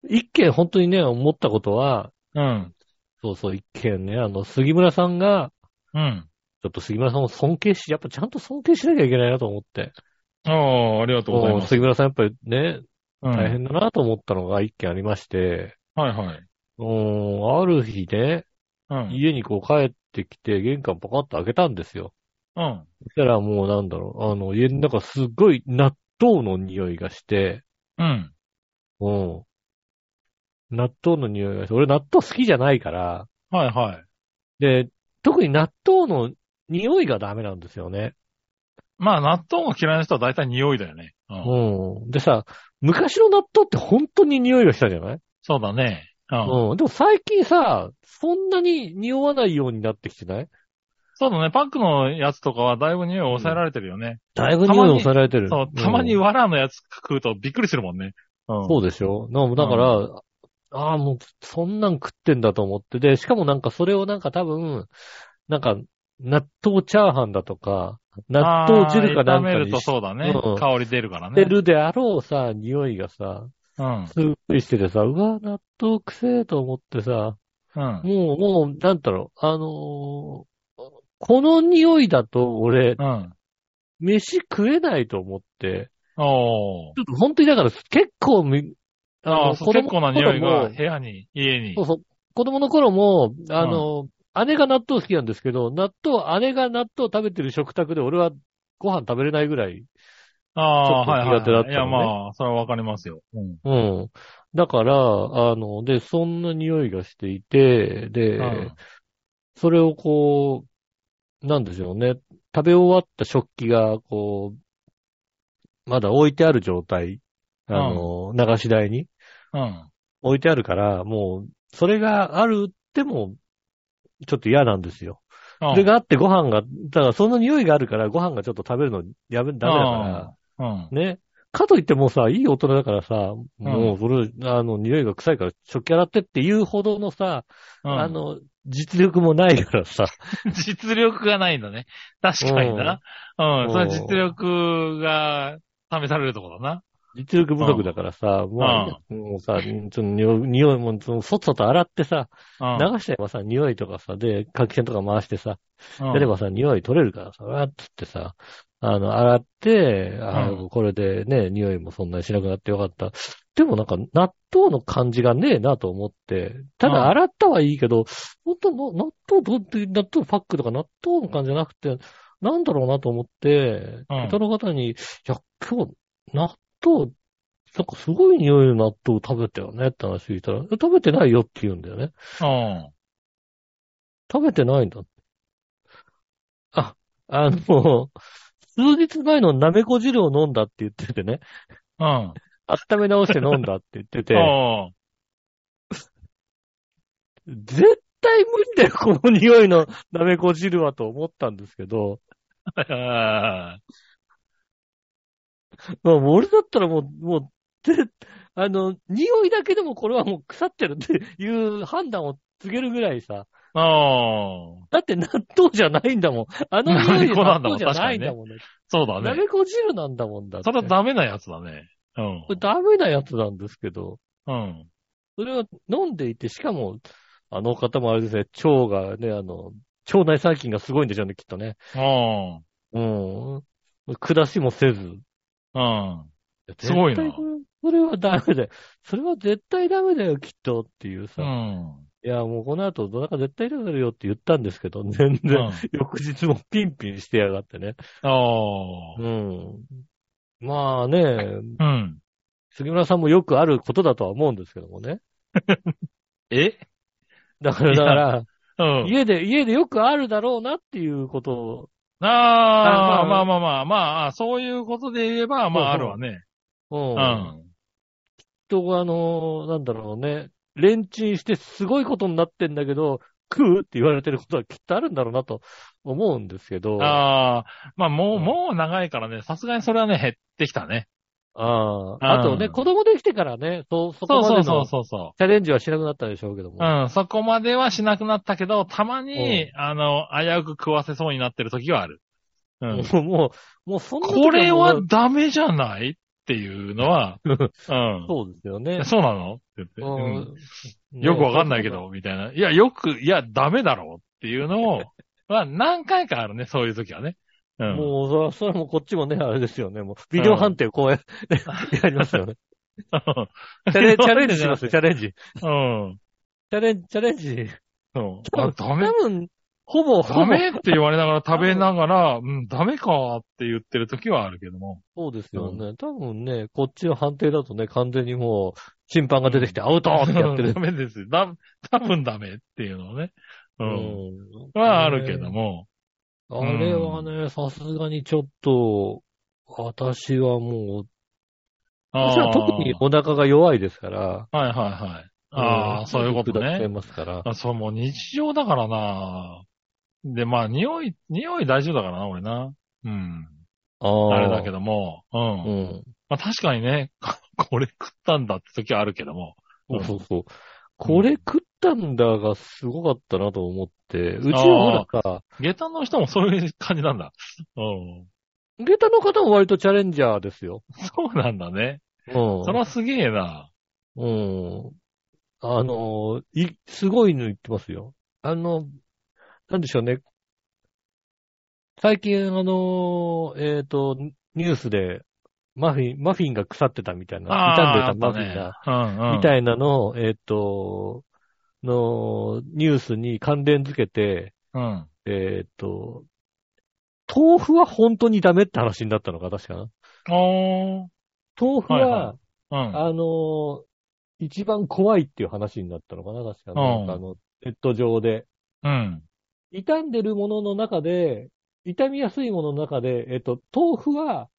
一件本当にね、思ったことは、
うん。
そうそう、一件ね、あの、杉村さんが、
うん。
ちょっと杉村さんを尊敬し、やっぱちゃんと尊敬しなきゃいけないなと思って。
ああ、ありがとうございます。
杉村さんやっぱりね、
うん。
大変だなと思ったのが一件ありまして、
はいはい。
うん、ある日ね、
うん。
家にこう帰ってきて、玄関パカッと開けたんですよ。
うん。
そしたらもうなんだろう、あの、家の中すっごい納豆の匂いがして、
うん。
うん。納豆の匂いがして、俺納豆好きじゃないから、
はいはい。
で、特に納豆の匂いがダメなんですよね。
まあ、納豆が嫌いな人は大体匂いだよね。うん。
うん。でさ、昔の納豆って本当に匂いがしたじゃない
そうだね。うん。
うん。でも最近さ、そんなに匂わないようになってきてない
そうだね。パックのやつとかはだいぶ匂いを抑えられてるよね。
だいぶ匂い抑えられてる。
そう、たまに
うん
わらのやつ食うとびっくりするもんね。うん。
そうでしょなだから、ああ、もう、そんなん食ってんだと思って。で、しかもなんかそれをなんか多分、なんか、納豆チャーハンだとか、納豆汁かなんか
あー炒め
に
ると
し
そうだね。
うん
香り出るからね。
てるであろうさ、匂いがさ、
うん。
すっごいしててさ、うわ、納豆くせえと思ってさ、
うん。
もう、もう、なんだろう、あのーこの匂いだと俺、
うん。
飯食えないと思って、
おー。
ちょっと本当にだから結構み、
ああ、そう結構な匂いが
子供の頃も
部屋に、家に
そ。うそう。子供の頃も、あの、姉が納豆好きなんですけど、納豆、姉が納豆を食べてる食卓で俺はご飯食べれないぐらい。
ああー、はい
ちょっと苦手だっ
はい。
たのね
いや、まあ、それはわかりますよ。うん。
うん。だから、あの、で、そんな匂いがしていて、で、
うん
それをこう、なんでしょうね。食べ終わった食器が、こう、まだ置いてある状態。あの、流し台に
うん。
置いてあるから、もう、それがあるっても、ちょっと嫌なんですよ。
うん
それがあってご飯が、だからその匂いがあるからご飯がちょっと食べるのやめ、ダメだか
うん。
ら、ね。かといってもうさ、いい大人だからさ、もうそれ、あの、匂いが臭いから食器洗ってっていうほどのさ、
うん
あ、の、実力もないから さ、
実力がないんだね。確かにな。うん。
うん
それは実力が試されるところだな。
実力不足だからさ、もう、もうさ、ちょっと匂い匂いも、その、そっそと洗ってさ、
うん。
流しちゃえばさ、匂いとかさ、で、換気扇とか回してさ、
うん
やればさ、匂い取れるからさ、わーっつってさ、あの、洗って、あ
う
これでね、匂いもそんなにしなくなってよかった。でもなんか、納豆の感じがねえなと思って、た
うん
だ洗ったはいいけど、本当の納豆どうって、納豆パックとか納豆の感じじゃなくて、なんだろうなと思って、
うん
人の方に、いや、今日、納豆、なんかすごい匂いの納豆食べたよねって話聞いたら、え食べてないよって言うんだよね。
うん。
食べてないんだ。あ、あの、数日前のなめこ汁を飲んだって言っててね、
うん。
温め直して飲んだって言ってて、
うん。
絶対無理だよ、この匂いのなめこ汁はと思ったんですけど、まあ、俺だったらもう、もう、で、あの、匂いだけでもこれはもう腐ってるっていう判断を告げるぐらいさ、
うん。
だって納豆じゃないんだもん。あの匂いで納豆じゃないんだ もんね。
そうだ
な
ね。
めこ汁なんだもんだって。
それはダメなやつだね。うん
これ。ダメなやつなんですけど、
うん。
それは飲んでいて、しかも、あの方もあれですね、腸がね、あの、腸内細菌がすごいんでしょうね、きっとね。
うん。
うん。下しもせず。
うん。すごいな
絶対これそれはダメだよ。それは絶対ダメだよ、きっとっていう
う
さ。い
ん。
や、もうこの後、どなた絶対ダメだよって言ったんですけど、全
う
然、
ん。
翌日もピンピンしてやがってね。
あ
うん。まあね、
あ。うん。
杉村さんもよくあることだとは思うんですけどもね。
え
だから、だから、
うん。
家で、家でよくあるだろうなっていうことを、
あ
あ
あ、
ま
ま
あ
あまあまあ、まあ、そういうことで言えば、まあ
ほ
あ
う
る
ほう
わね。
う。
うんん。
と、あの、なんだろうね、レンチンしてすごいことになってんだけど、食うって言われてることはきっとあるんだろうなと思うんですけど。
ああ、まあもう、
うん
もう長いからね、さすがにそれはね、減ってきたね。
あ
うん
あ。あとね、子供できてからね、そう、そ
そ
こ
う
ま
そ
で
うそ
の
うそうそ
チャレンジはしなくなったでしょうけども。
う。うん、そこまではしなくなったけど、たまに、あの、危うく食わせそうになってる時はある。うん。
もう、もう、もうそんな時
こ
は
れ
もう
はダメじゃないっていうのは、うん。
そうですよね。
そうなのって言って、うん
うん
よくわかんないけ。ど、みたいな。いや、よく、いや、ダメだろうっていうのを、 まあ、何回かあるね、そういう時はね。うん。
もう、それは、それはもうこっちもね、あれですよね。もう、ビデオ判定こう や、やりますよね。チャレンチャレンジしますよ、チャレンジ。
うん。
チャレンジ、チャレンジ。
そう。あ、ダ
多
メ、
分、ほぼ、ほ
ダ
ぼ、
メって言われながら食べながら、うん、ダメかーって言ってる時はあるけども。
そうですよね。多分ね、こっちの判定だとね、完全にもう、審判が出てきてアウトってやってる
ダ。メですよ。だ、多分ダメっていうのをね。 うん。
うん
はあるけども。
あれはね、さすがにちょっと、私はもう、私は特にお腹が弱いですから。
あーはいはいはい。ああ、
ん
そういうこと
下っ
ね
ちゃい。ますから。
あそう、もう日常だからな。で、まあ、匂い、匂い大丈夫だからな、俺な。うん。
あ
あ
あ
れだけ。ども、うん。
うん。
まあ、確かにね、 これ食ったんだって時はあるけども。
そううんそうそう。これ食ったんだがすごかったなと思って、うち
あ
は
あ
ほらさ、
下駄の人もそういう感じなんだ。うん。
下駄の方も割とチャレンジャーですよ。
そうなんだね。
うん。
それはすげえな。
うん。あの、い、すごいの言ってますよ。あの、なんでしょうね。最近、あの、えっ、と、ニュースで、マフィン、マフィンが腐ってたみたいな、傷んでた
あー
マフィン
あっ
が、
たねうんうん。
みたいなのを、えっ、と、の、ニュースに関連付けて、
うん。
えっ、と、豆腐は本当にダメって話になったのか、確かな。
おー。
豆腐は、
はいはいうん。
あのー一番怖いっていう話になったのかな、確かに。
うん
あの、ネット上で。
うん。
傷んでるものの中で、傷みやすいものの中で、えっと、豆腐は、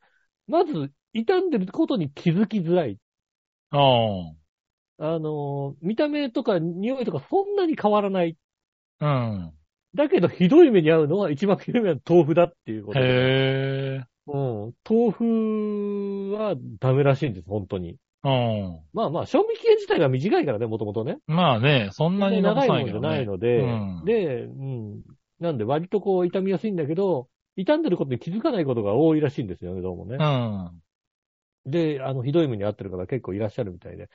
まず、傷んでることに気づきづらい。
おー。
あのー見た目とか匂いとかそんなに変わらない。
うん。
だけど、ひどい目に遭うのは、一番ひどい目は豆腐だっていうことで。
へえ。
うん。豆腐はダメらしいんです、本当に。
うん。
まあまあ、賞味期限自体が短いからね、もともとね。
まあね、そんなに
長い
さ
もんじゃないので、
うん
で、うん。なんで割とこう痛みやすいんだけど、傷んでることに気づかないことが多いらしいんですよね、どうもね
う。ん。
で、あの、ひどい目に遭ってる方結構いらっしゃるみたいで、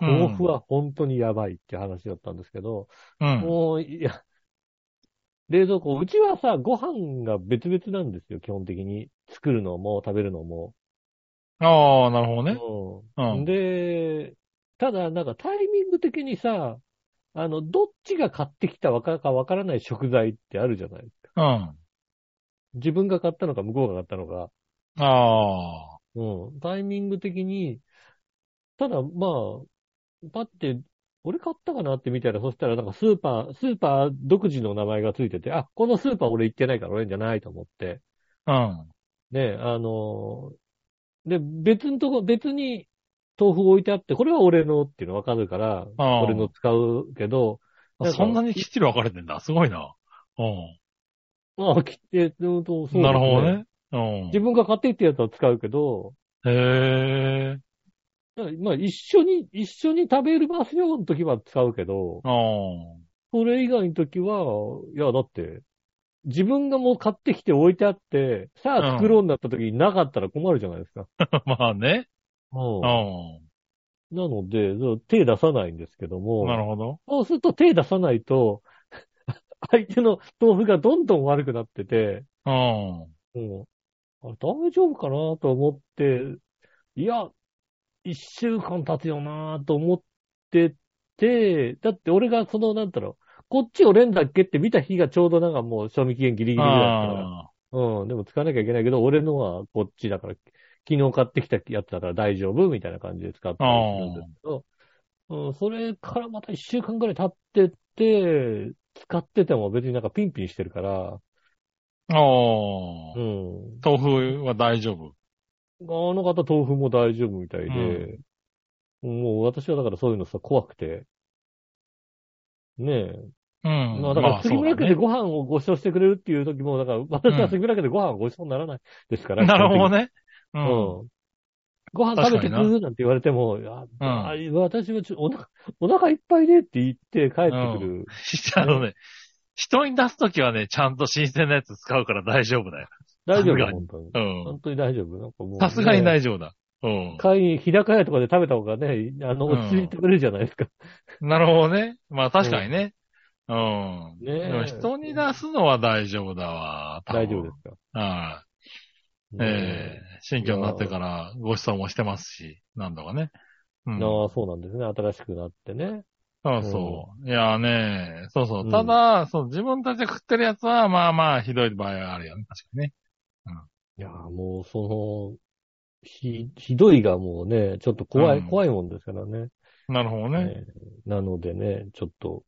うん
豆腐は本当にやばいって話だったんですけど、
うん。
もう、いや、冷蔵庫、うちはさ、ご飯が別々なんですよ、基本的に。作るのも食べるのも。
ああ、なるほどね。
うん
うん。
で、ただ、なんかタイミング的にさ、あの、どっちが買ってきたわかかわからない食材ってあるじゃない
うん。あ
自分が買ったのか向こうが買ったのか。
あ。
うん。タイミング的に、ただ、まあ、パって、俺買ったかなって見たら、そしたらなんかスーパー、スーパー独自の名前がついてて、あ、このスーパー俺行ってないから俺んじゃないと思って。
うん。
ね、あのーで、別のとこ、別に豆腐置いてあって、これは俺のっていうのわかるから、
あー
俺の使うけど、
あそんな
に
にきっちり分かれてんだ。すごいな。う
あ、切って、うんとそ
ん。
うです
なるほどね。うん。
自分が買ってきたやつは使うけど、
へえ。
だからまあ一緒に、一緒に食べるますよの時は使うけど、
ああ。
それ以外の時は、いや、だって、自分がもう買ってきて置いてあって、さあ作ろうになった時になかったら困るじゃないですか。
まあね。
う
うんん。
なので、そう手出さないんですけども、
なるほど。
そうすると手出さないと、 相手の豆腐がどんどん悪くなってて、
うん。
もう、あれ大丈夫かなと思って、いや、一週間経つよなと思ってて、だって俺がその、なんだろう、こっちを連だっけって見た日がちょうどなんかもう賞味期限ギリギリだったから、
あ
うん、でも使わなきゃいけないけど、俺のはこっちだから、昨日買ってきたやつだから大丈夫みたいな感じで使ってるんですけど、うん、それからまた一週間ぐらい経ってって、使ってても別になんかピンピンしてるから、
ああ、
うん。
豆腐は大丈夫。
あの方豆腐も大丈夫みたいで、もう私はだからそういうのさ、怖くて。ねえ。
うん。
まあだから杉村
まあそうだ
家
ね
でご飯をご馳走してくれるっていう時も、だから私は杉村家でご飯をご馳走にならないですから。
なるほどね。う
基
ん。
本的に。うん。ご飯食べてく
確か
なんて言われても、いやあ私はちょお腹お腹いっぱいでって言って帰ってくる。
あのね、人に出すときはね、ちゃんと新鮮なやつ使うから大丈夫だよ。
大丈
さす
夫
がに
本当に。
うん。
本当に大丈夫。なんかもうね、
さすがに
い。
大丈夫だ。うん。
会日高屋とかで食べた方がね、あの、
うん
落ち着いてくれるじゃないですか。
なるほどね。まあ確かにね。うん。
ねえ
でも人に出すのは大丈夫だわ。多分
大丈夫ですか。
は
ね
い。ええ新居になってからご馳走もしてますし、何度かね。うん。
ああ、そうなんですね。新しくなってね。
そうそう。いやーね、そうそうう。
ん
ただ、そう、自分たちで食ってるやつは、まあまあ、ひどい場合はあるよね。確かにね。
いやー、もう、その、ひ、ひどいがもうね、ちょっと怖い、
うん
怖いもんですからね。
なるほどね。
えーなのでね、ちょっと、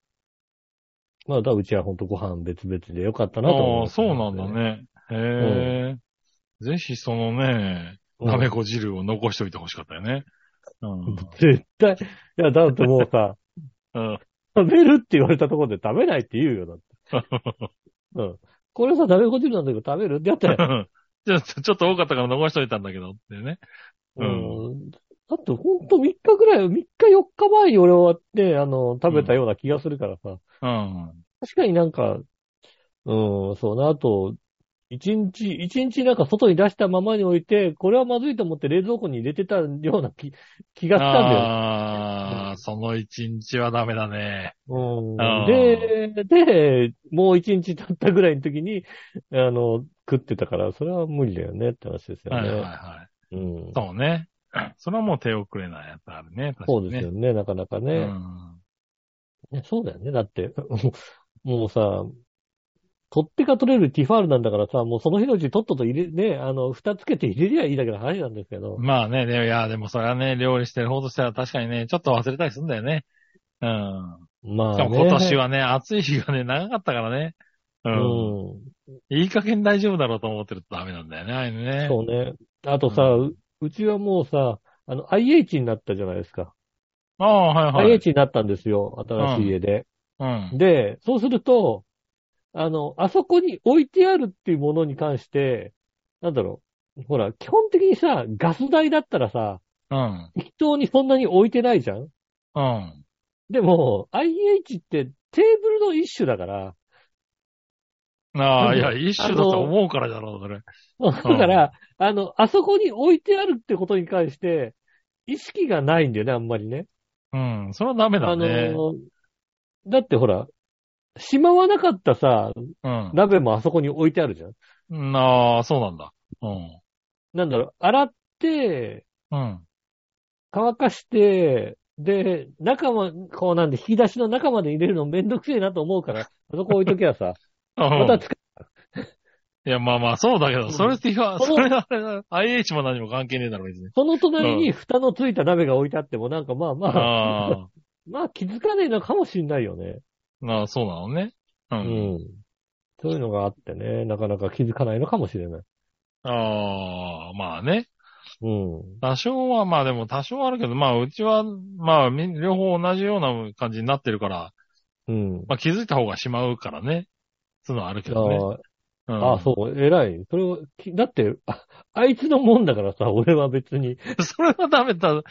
まあ、だからうちはほんとご飯別々でよかったなと思
ああ、そうなんだ
ね。
ね。へえ。ぜひ、そのね、
うん
なめこ汁を残しておいてほしかったよね。うん。
絶対、いや、だってもう さ、
うん。
食べるって言われたところで食べないって言うよ、だって。 うん。これさ、食べこじるなんだけど食べるだって、
ちょっと、ちょっと多かったから残しといたんだけどってね。
う。
うん
だってほんと3日ぐらい、3日4日前に俺はね、あの、食べたような気がするからさ、
うん。
確かになんか、うん、そうな、あと、一日、一日なんか外に出したままに置いて、これはまずいと思って冷蔵庫に入れてたような気、気がしたんだよ。
ああ、その一日はダメだね。
うん
あ
で、で、もう一日経ったぐらいの時に、あの、食ってたから、それは無理だよねって話ですよ
はい
ね。
はいは
うん
い。そうね。 それはもう手遅れなやつあるね。確か
そう
に
で
ね
すよね、なかなかね。ねそうだよね。だって、 もうさ、取っ手が取れるティファールなんだからさ、もうその日のうちにとっとと入れ、ね、あの、蓋つけて入れりゃいいだけの話なんですけど
う。ん。まあね、でもいや、でもそれはね、料理してる方としたら確かにね、ちょっと忘れたりするんだよね。うん。
まあ、
し
ね
か。も今年。はね、暑い日がね、長かったからね。う。
うんん。
いい加減大丈夫だろうと思ってるとダメなんだよね、ああいうのね。
そうね。あとさ、
う
ううちはもうさ、あの、IH になったじゃないですか。
ああ、はいはい。
IH になったんですよ、新しい家で。
うん。
で、そうすると、あの、あそこに置いてあるっていうものに関して、なんだろう。ほら、基本的にさ、ガス代だったらさ、
うん。
適当にそんなに置いてないじゃん
うん。
でも、IH ってテーブルの一種だから、
ああ、い
な
や、
んで
一種だと思うからだろう、それ。
だから、あの、あそこに置いてあるってことに関して、意識がないんだよね、あんまりね。
うん、それはダメだ
あ
ね。
の、だってほら、しまわなかったさ、鍋もあそこに置いてあるじゃん。
うん。ああ、そうなんだ。うん。
なんだろう、洗って、
うん。
乾かして、で、中ま、こうなんで、引き出しの中まで入れるのめんどくせえなと思うから、あそこ置いときゃさ、ま
う
た
ん
使
いや、まあまあ、そうだけど、それっては、
そ
そ
の
れはあれだ、IH も何も関係ねえだろ、別に。
その隣に蓋のついた鍋が置いてあっても、なんかまあまあ、
あ
まあ気づかねえのかもしんないよね。
あ、なあ、そうなのね。う。。
うんそういうのがあってね、なかなか気づかないのかもしれない。
ああ、まあね。
うん。
多少は、まあでも多少はあるけど、まあ、うちは、まあ、み両方同じような感じになってるから、
うん。
まあ気づいた方がしまうからね。そういうのはあるけど
あ
ね。う
あ
ん
ああ、そう、偉い。それを、きだってあ、あいつのもんだからさ、 俺は別に。
それはダメだ。も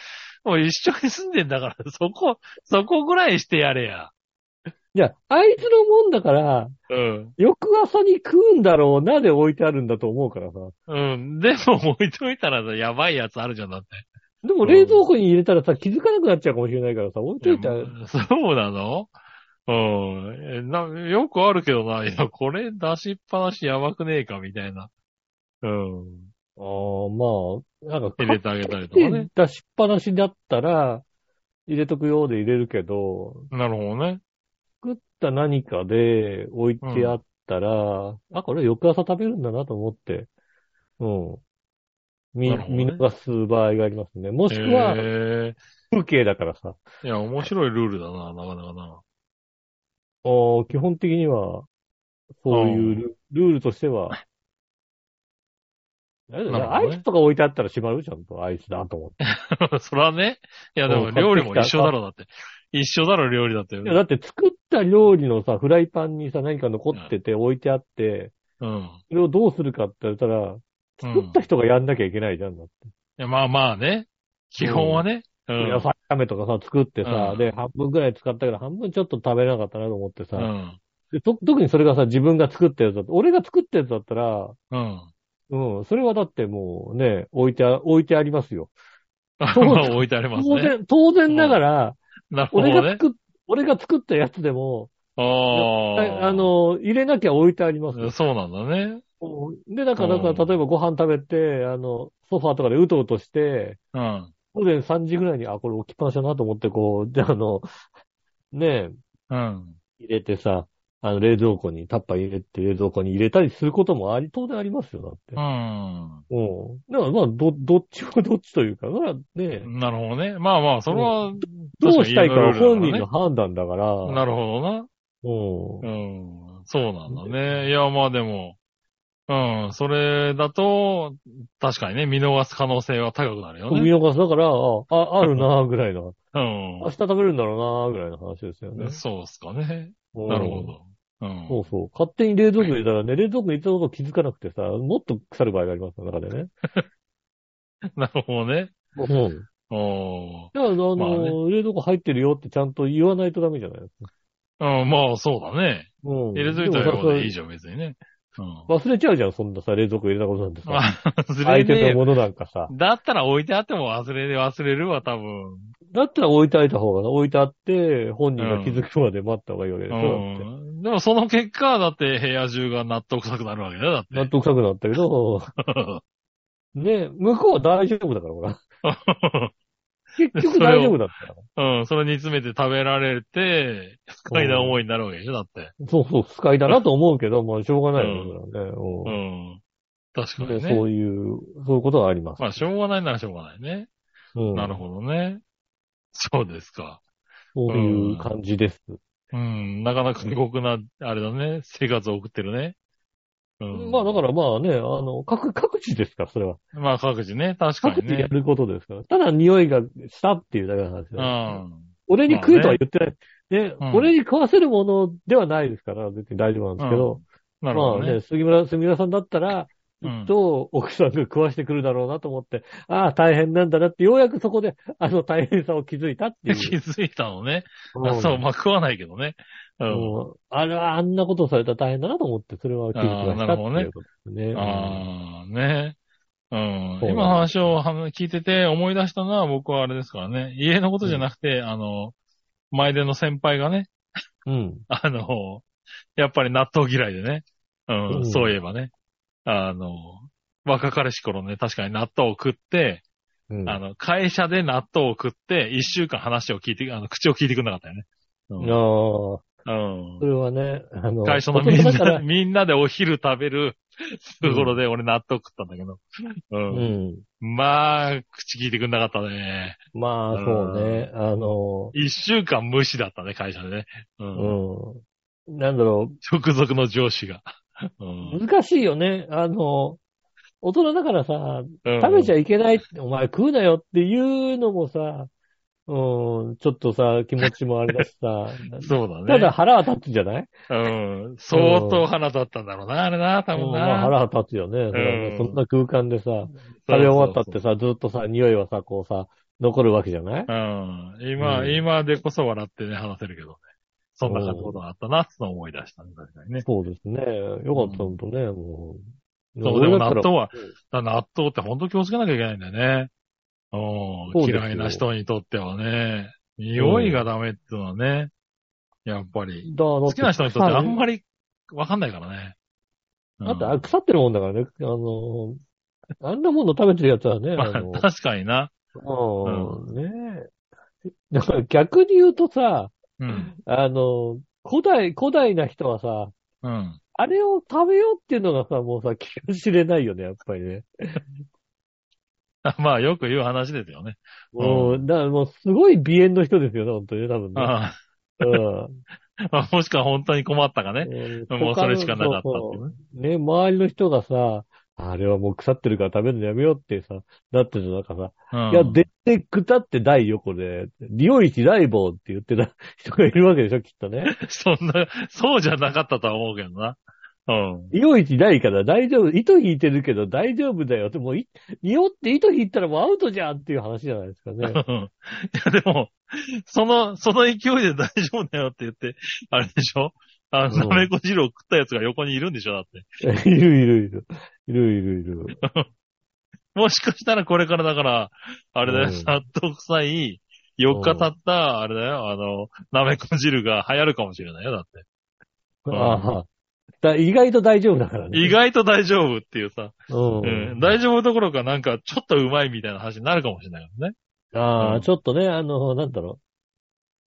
う一緒に住んでんだから、 そこ、そこぐらいしてやれや。
いや、あいつのもんだから、
うん。
翌朝に食うんだろうなで置いてあるんだと思うからさ。
うん。でも置いといたらさやばいやつあるじゃん、だって。
でも冷蔵庫に入れたらさ、気づかなくなっちゃうかもしれないからさ、置いといたら、
そうなのうん。えな、よくあるけどな、いや、これ出しっぱなしやばくねえか、みたいな。う
あ
ん。
あ、まあ、なんか、
入れてあげたりとか
で
ね。
出しっぱなしだったら、入れとくようで入れるけど、
なるほどね。
作った何かで置いてあったら、あ、これ翌朝食べるんだなと思って、うん。見、
なるほどね
見逃す場合がありますね。もしくは、
へえ
風景だからさ、
いや、面白いルールだな、なかなかな。
おー基本的には、そういうルルールとしては。あれだよね
なるほ
ア
どね
イスとか置いてあったら閉まるちゃんと、アイスだと思って。
そらね。いや、で
う
も
ん
料理も一緒だろう、だって。一緒だろ、料理だって。
いやだって作った料理のさ、フライパンにさ、何か残ってて置いてあって、
うん。
それをどうするかって言ったら、
う
作っ
ん。
た人がやんなきゃいけないじゃんだって。
いやまあまあね。基本はね。う
野
ん。
菜炒めとかさ、作ってさ、
うん
で、半分くらい使ったけど、半分ちょっと食べれなかったなと思って
う
さ、
ん。
でと特にそれがさ、自分が作ったやつだって、俺が作ったやつだったら、
うん。
うん、それはだってもうね、置いてあ、置いてありますよ。
ま
そう
あ 置いてあります
当
ね。
然、当然ながら、
なるほど
俺が
ね。
作っ、俺が作ったやつでも、
あ
あ
あ。
あ、の、入れなきゃ置いてありますよ。
そうなんだね。
で、だから、だか
う
ら
ん
例えばご飯食べて、あの、ソファーとかでうとうとして、
うん。
午前3時ぐらいに、あ、これ置きっぱなしだなと思って、こう、で、あの、ねえ、
うん。
入れてさ、あの、冷蔵庫に、タッパー入れて冷蔵庫に入れたりすることもあり、当然ありますよ、だって
う。ん。
うん。だからまあ、ど、どっちもど っちというか、それはね、
なるほどね。まあまあ、それは、
どうしたいかは
確か
本
に
人
家のルールだ
の
か
判断だから。
らねなるほどな。
ほ
うん。そうなんだね。いや、まあでも、うん。それだと、確かにね、見逃す可能性は高くなるよ
うん。見
ね。
逃す。だから、あ、ああるなぁぐらいの。
うん
明。日食べるんだろうなぁぐらいの話ですよね。
そうっすかね。
うん
なるほ。ど。うん。
そうそう。勝手に冷蔵庫に入れたらね、冷蔵庫に入れたこと気づかなくてさ、もっと腐る場合がありますの中でね。
なるほどね。
うん。
おー
だから、あの、
まあね
冷蔵庫入ってるよってちゃんと言わないとダメじゃないですか。
うん、まあ、そうだね。
うん。
入れといた
で
ら
もさ
いいじゃん、別にね。うん。
忘れちゃうじゃん、そんなさ、冷蔵庫入れたことなんてさ。
あ忘れ
相
ねえ
手の
よ
ものなんかさ。
だったら置いてあっても忘れる、忘れるわ、多分。
だったら置いてあいた方が、置いてあって、本人が気づくまで待った方がいいわけでしょ、だって
うん。でもその結果、だって部屋中が納得臭くなるわけだよ、だって。
納得臭くなったけど、 ね、向こうは大丈夫だから、ほら。 結局大丈夫だったから。
うん、それ煮詰めて食べられて、不快な思いになるわけでしょ、だって。
そうそう、不快だなと思うけど、まあ、しょうがないよね、
う
それはね
う
うん
ん。確か
で
に
そ
ね。
ういう、そういうことがあります。
まあ、しょうがないならしょうがないね。
うん
なるほどね。そうですか。
そういう感じです。
うん、なかなか過酷な、あれだね、生活を送ってるね。うん。
まあ、だからまあね、あの、各、各地ですから、それは。
まあ、各自ね、確か
各
に
地でや
ね。
ることですから。ただ匂いがしたっていうだけの話です
う。ん。
俺に食えとは言ってない。ね、
うん
俺に食わせるものではないですから、別に大丈夫なんですけど。
なる
ま
ほ
あ
ど
ね、
ね。
杉村、杉村さんだったら、
うん
と、奥さんが食わしてくるだろうなと思って、ああ、大変なんだなって、ようやくそこで、あの大変さを気づいたってい
気
う。
づいたのね。あそう、まあ食わないけどね。うん。
もうあれはあんなことされたら大変だなと思って、それは気づきましたっていうことですね。
ああ、ね。う
そ
ん。
うなんです
今の話をは聞いてて思い出したのは僕はあれですからね。家のことじゃなくて、あの、前での先輩がね、
うん。
あの、やっぱり納豆嫌いでね。うん、
うん
そういえばね。あの、若彼氏頃ね、確かに納豆を食って、
うん。
あの、会社で納豆を食って、一週間話を聞いて、あの、口を聞いてくれなかったよね。うん
ああ、
うん
そ。れはね、あの、
会社の
大
みん
人だか
な、
ら、
みんなでお昼食べるところで俺納豆食ったんだけど。う。
うんん。
まあ、口聞いてくんなかったね。
まあ、そうね、あの、
一週間無視だったね、会社でね。うん。
うん。なんだろ
直属の上司が。う
う、
ん。
難しいよね。あの、大人だからさ、食
食
べち
ゃ
ゃいけないって、お前食うなよっていうのもさ、うん、ちょっとさ、気持ちもあれだしさ、
そうだね。
ただ腹は立つじゃない、
うん。相当腹立ったんだろうな、あれな、多
うん
分
まあ、
な。
腹は立つよね。それはね
うん
そんな空間でさ、食
そうそうそう
べ終わったって。さ、ずっとさ、匂いはさ、こうさ、残るわけじゃない
うん。今、
うん
今でこそ笑ってね、話せるけどね。そんなことがあったな、って思い出したね、確かにね。
そうですね。よかったのとね、もう。
そう、でも納豆
は。
は、だから納豆って本当気をつけなきゃいけないんだよね。う
そ
ん、
うですよ
嫌いな人にとってはね、匂いがダメっていうのはね、やっぱり、
だ
好きな人にとってあんま
り。
りわかんないからね。うん
だってあ腐ってるもんだからね、あの、あんなもの食べてるやつはね、
ま
あの、
あ、確かにな。
うん、ねえだから逆に言うとさ、
うん。
あの、古代、古代な人はさ、
うん。
あれを食べようっていうのがさ、もうさ、気が知れないよね、やっぱりね。
あまあ、よく言う話ですよね。うん
うん、だからもうすごい鼻炎の人ですよね、本当にね、多分ね。
ああ
うん。
まあもしくは本当に困ったか
え
ね。
ー
もうそれしかなかったって
他の
いうね。
ね、周りの人がさ、あれはもう腐ってるから食べるのやめようってさ、なってる中さ、
うん
いや、出てくたって大横で、利用一大棒って言ってた人がいるわけでしょ、きっと ね。
そんな、そうじゃなかったとは思うけどな。うん。
利用一ないから大丈夫、糸引いてるけど大丈夫だよって、もうい、匂って糸引いたらもうアウトじゃんっていう話じゃないですかね。
うんいや、でも、その、その勢いで大丈夫だよって言って、あれでしょあ
う
の、
ん
なめこ汁を食ったやつが横にいるんでしょだって。
いるいるいる。いるいるいる。
もしかしたらこれからだから、あれだよ
うん、
納豆臭い、4日経った、あれだよ、あの、なめこ汁が流行るかもしれないよ、だって。うん
ああ。だ意外と大丈夫だからね。
意外と大丈夫っていうさ、
う
うん
ん。
大丈夫どころかなんかちょっとうまいみたいな話になるかもしれない よね。
ああ、
うん
ちょっとね、あの、なんだろ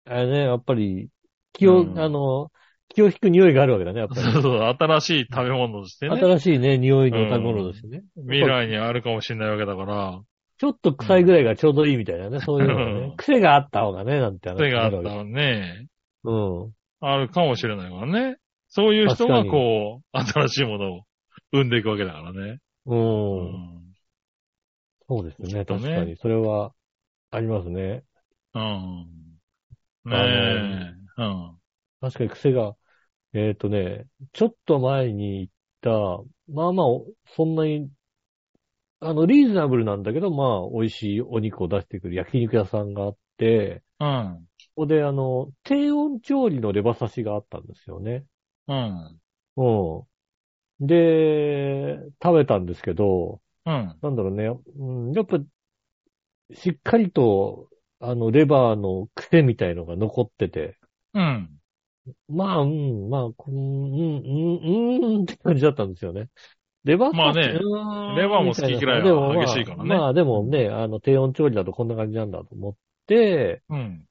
う。あれね、やっぱり、気を、
うん
あの、気を引く匂いがあるわけだね、やっぱ
そうそう、新しい食べ物としてね、
り。新しいね、匂いの食べ物としてね。
未来にあるかもしれないわけだから、
ちょっと臭いぐらいがちょうどいいみたいなね、そういうのが
う
ね
ん。
癖があった方がね、なんて話
それ
に
があ
な
った
るわけ
らね、
うん。
あるかもしれないからね。そういう人
確
が
かに
こう、新しいものを生んでいくわけだからね。う
うん。
ん。
そうですね、
と
確
ね
かに。それは、ありますね。
うん。ねえ
あ。
うん。
確かに癖が、えっ、とね、ちょっと前に行った、まあまあ、おそんなに、あの、リーズナブルなんだけど、まあ、美味しいお肉を出してくる焼肉屋さんがあって、
うん。
ここで、あの、低温調理のレバ刺しがあったんですよね。
うん。
うん。で、食べたんですけど、
うん。
なんだろうね、うん、やっぱ、しっかりと、あの、レバーの癖みたいのが残ってて、
うん。
まあ、うん、まあ、こんうん、うん、うん、って感じだったんですよね。レバー
まあねレ
レ
バーも好き嫌いは激しいからね
まあ、まあでもね、あの、低温調理だとこんな感じなんだと思って、
うん。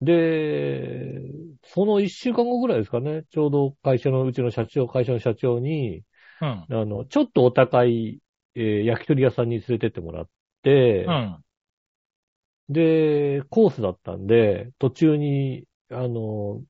で、その一週間後ぐらいですかね、ちょうど会社のうちの社長、会社の社長に、
うん。
あの、ちょっとお高い、えー焼き鳥屋さんに連れてってもらって、
うん。
で、コースだったんで、途中に、あの、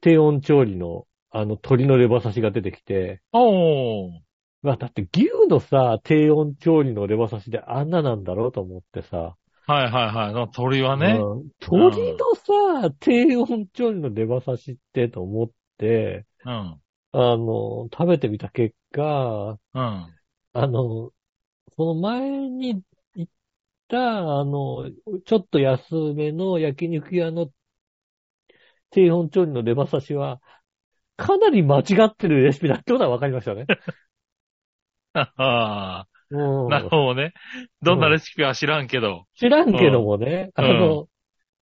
低温調理の、あの、鶏のレバ刺しが出てきて、
おー。
まあ、だって牛のさ、低温調理のレバ刺しであんななんだろうと思ってさ、
はいはいはい。の鳥はね。
うん鶏のさ、低温調理のレバ刺しってと思って、
うん。
あの、食べてみた結果、
うん。
あの、その前に行った、あの、ちょっと安めの焼肉屋の低温調理のレバ刺しは、かなり間違ってるレシピだってことは分かりま したね。
あ
う
あ。
ん
なるほどね。どんなレシピか知らんけど。
知らんけどもね、
うん
あの、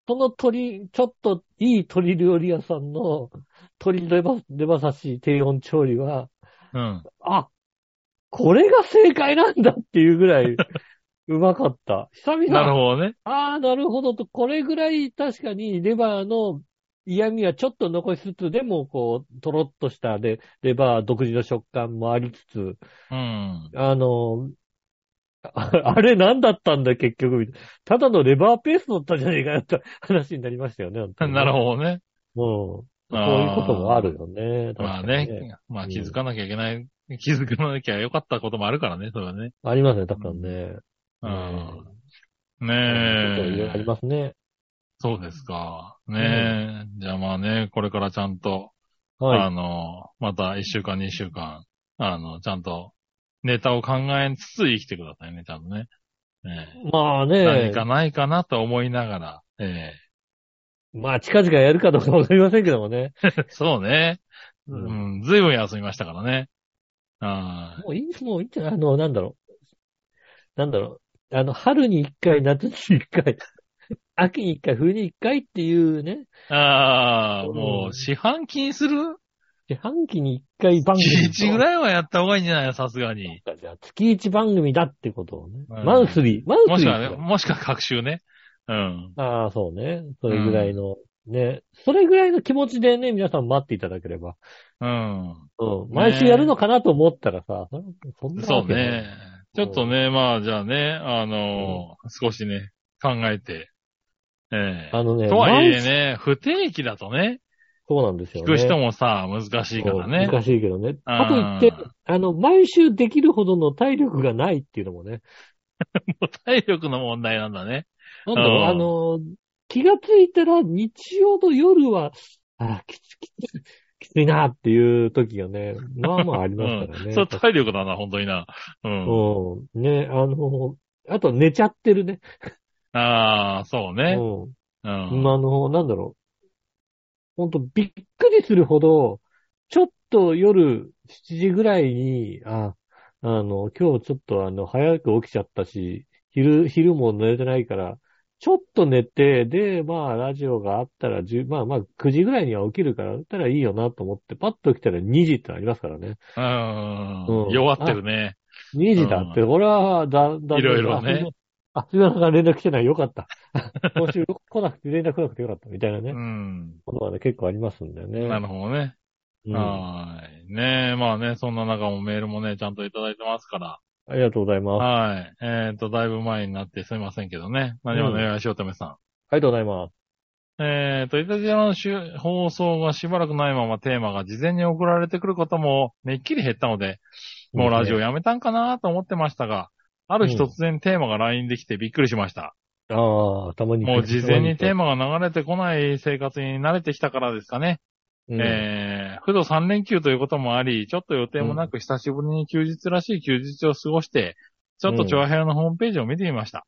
その鳥、ちょっといい鶏料理屋さんの鶏レバレバ刺し低温調理は、
うん。
あ、これが正解なんだっていうぐらい、うまかった。久々
なるほどね。
ああ、なるほどと、これぐらい確かにレバーの嫌味はちょっと残しつつ、でもこう、とろっとしたで、レバー独自の食感もありつつ、
うん。
あの、ああれ何だったんだ結局、みたいなただのレバーペーストだったじゃねえかよって話になりましたよね。
なるほどね。
ほど。うん。
あー
そういうこともあるよね。
まあ
確かに
ね。まあ気づかなきゃいけない。気づかなきゃよかったこともあるからね、それはね。
ありますね、確かにね。
うん。
そういうことあり
ねえ。
ますね。
そうですか。ねえ。じゃあまあね、これからちゃんと、
は
あ
い。
の、また一週間、二週間、あの、ちゃんとネタを考えつつ生きてくださいね、ちゃんとね。ね
まあ
え
ね
何、かないかなと思いながら。え
まあ近々やるかどうかわかりませんけどもね。
え そうね。
う
うんん、ずいぶん休みましたからね。あ
もういい、もういいんじゃないあの、なんだろう。なんだろう。あの、春に一回、夏に一回、 秋に一回、冬に一回っていうね、
あ。ああ、も
うん
う、四半期する
四半期に一回番組。
月一ぐらいはやった方がいいんじゃないのさすがに。
じゃあ月一番組だってことをね。
うん
マンスリー。マ
も
ンス
し
リ
く
ー
はね、もしくは各週ね。うん。
ああ、そうね。それぐらいの、ね。それぐらいの気持ちでね、皆さん待っていただければ。
うん。
うん。毎週やるのかなと思ったらさ、そんな
そ
わ
う
けない
ね。。ちょっとね、まあ、じゃあね、あのー少しね、考えて。ええ
あのね、
とはいえ
毎週
ね、不定期だとね、
そうなんですよ
聞
ね。
く人もさ、難しいからね。
そう難しいけどね。
うん
かといって、あの、毎週できるほどの体力がないっていうのもね。
もう体力の問題なんだね。
なんだろう、
うん
あの、気がついたら日曜の夜は、あーきつ、きつ、きついなっていう時が ね、まあまああり
う
ますから
ん。
ね。
それ体力だな、本当にな。うん。
うん。ね、あの、あと寝ちゃってるね。
ああ、そうね。
うん。
うん。
あの、なんだろう。ほんと、びっくりするほど、ちょっと夜7時ぐらいに、あ、あの、今日ちょっとあの、早く起きちゃったし、昼、昼も寝れてないから、ちょっと寝て、で、まあ、ラジオがあったら、10まあまあ、9時ぐらいには起きるから、だったらいいよなと思って、パッと起きたら2時ってありますからね。
うん
うん
弱ってるね。
2時だって、俺は、だ、だ、
いろいろね
あ。あ、すみません、連絡来てない。よかった。今週来なくて、連絡来なくてよかった。みたいなね
う。ん。
ことはね、結構ありますんだよね。
なるほどね。
うん
はーい。ねえ、まあね、そんな中もメールもね、ちゃんといただいてますから。
ありがとうございます。あ
はい。えっ、と、だいぶ前になってすいませんけどね。何もね、よしおとめさん。
りがとうございます。
えっ、と、イタジアの週放送がしばらくないままテーマが事前に送られてくることもめっきり減ったので、もうラジオやめたんかなと思ってましたが、ある日
うん
突然テーマが LINE できてびっくりしました。
ああ、たまに。
もう事前にテーマが流れてこない生活に慣れてきたからですかね。
うん
えー、ふと3連休ということもあり、ちょっと予定もなく久しぶりに休日らしい休日を過ごして、ちょっと長編のホームページを見てみました。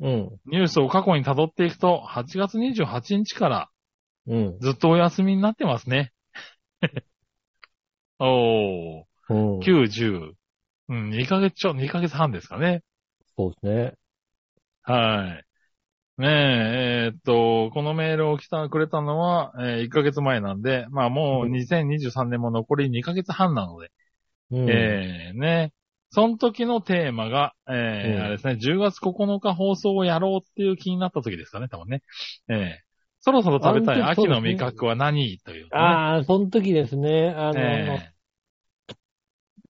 うん。
ニュースを過去に辿っていくと、8月28日から
うん。
ずっとお休みになってますね。 おー、
うん。
9、10。うん、2ヶ月ちょ、2ヶ月半ですかね。
そうですね。
はい。ねえ、えーっと、このメールを来た、くれたのは、えー1ヶ月前なんで、まあもう2023年も残り2ヶ月半なので、
うん。
えーね。その時のテーマが、え
う
ー
ん
あれですね、10月9日放送をやろうっていう気になった時ですかね、多分ね。えーそろそろ食べたい
あの時そうです
秋
ね
の味覚は何という、ね。
ああ、その時ですね。あの、
え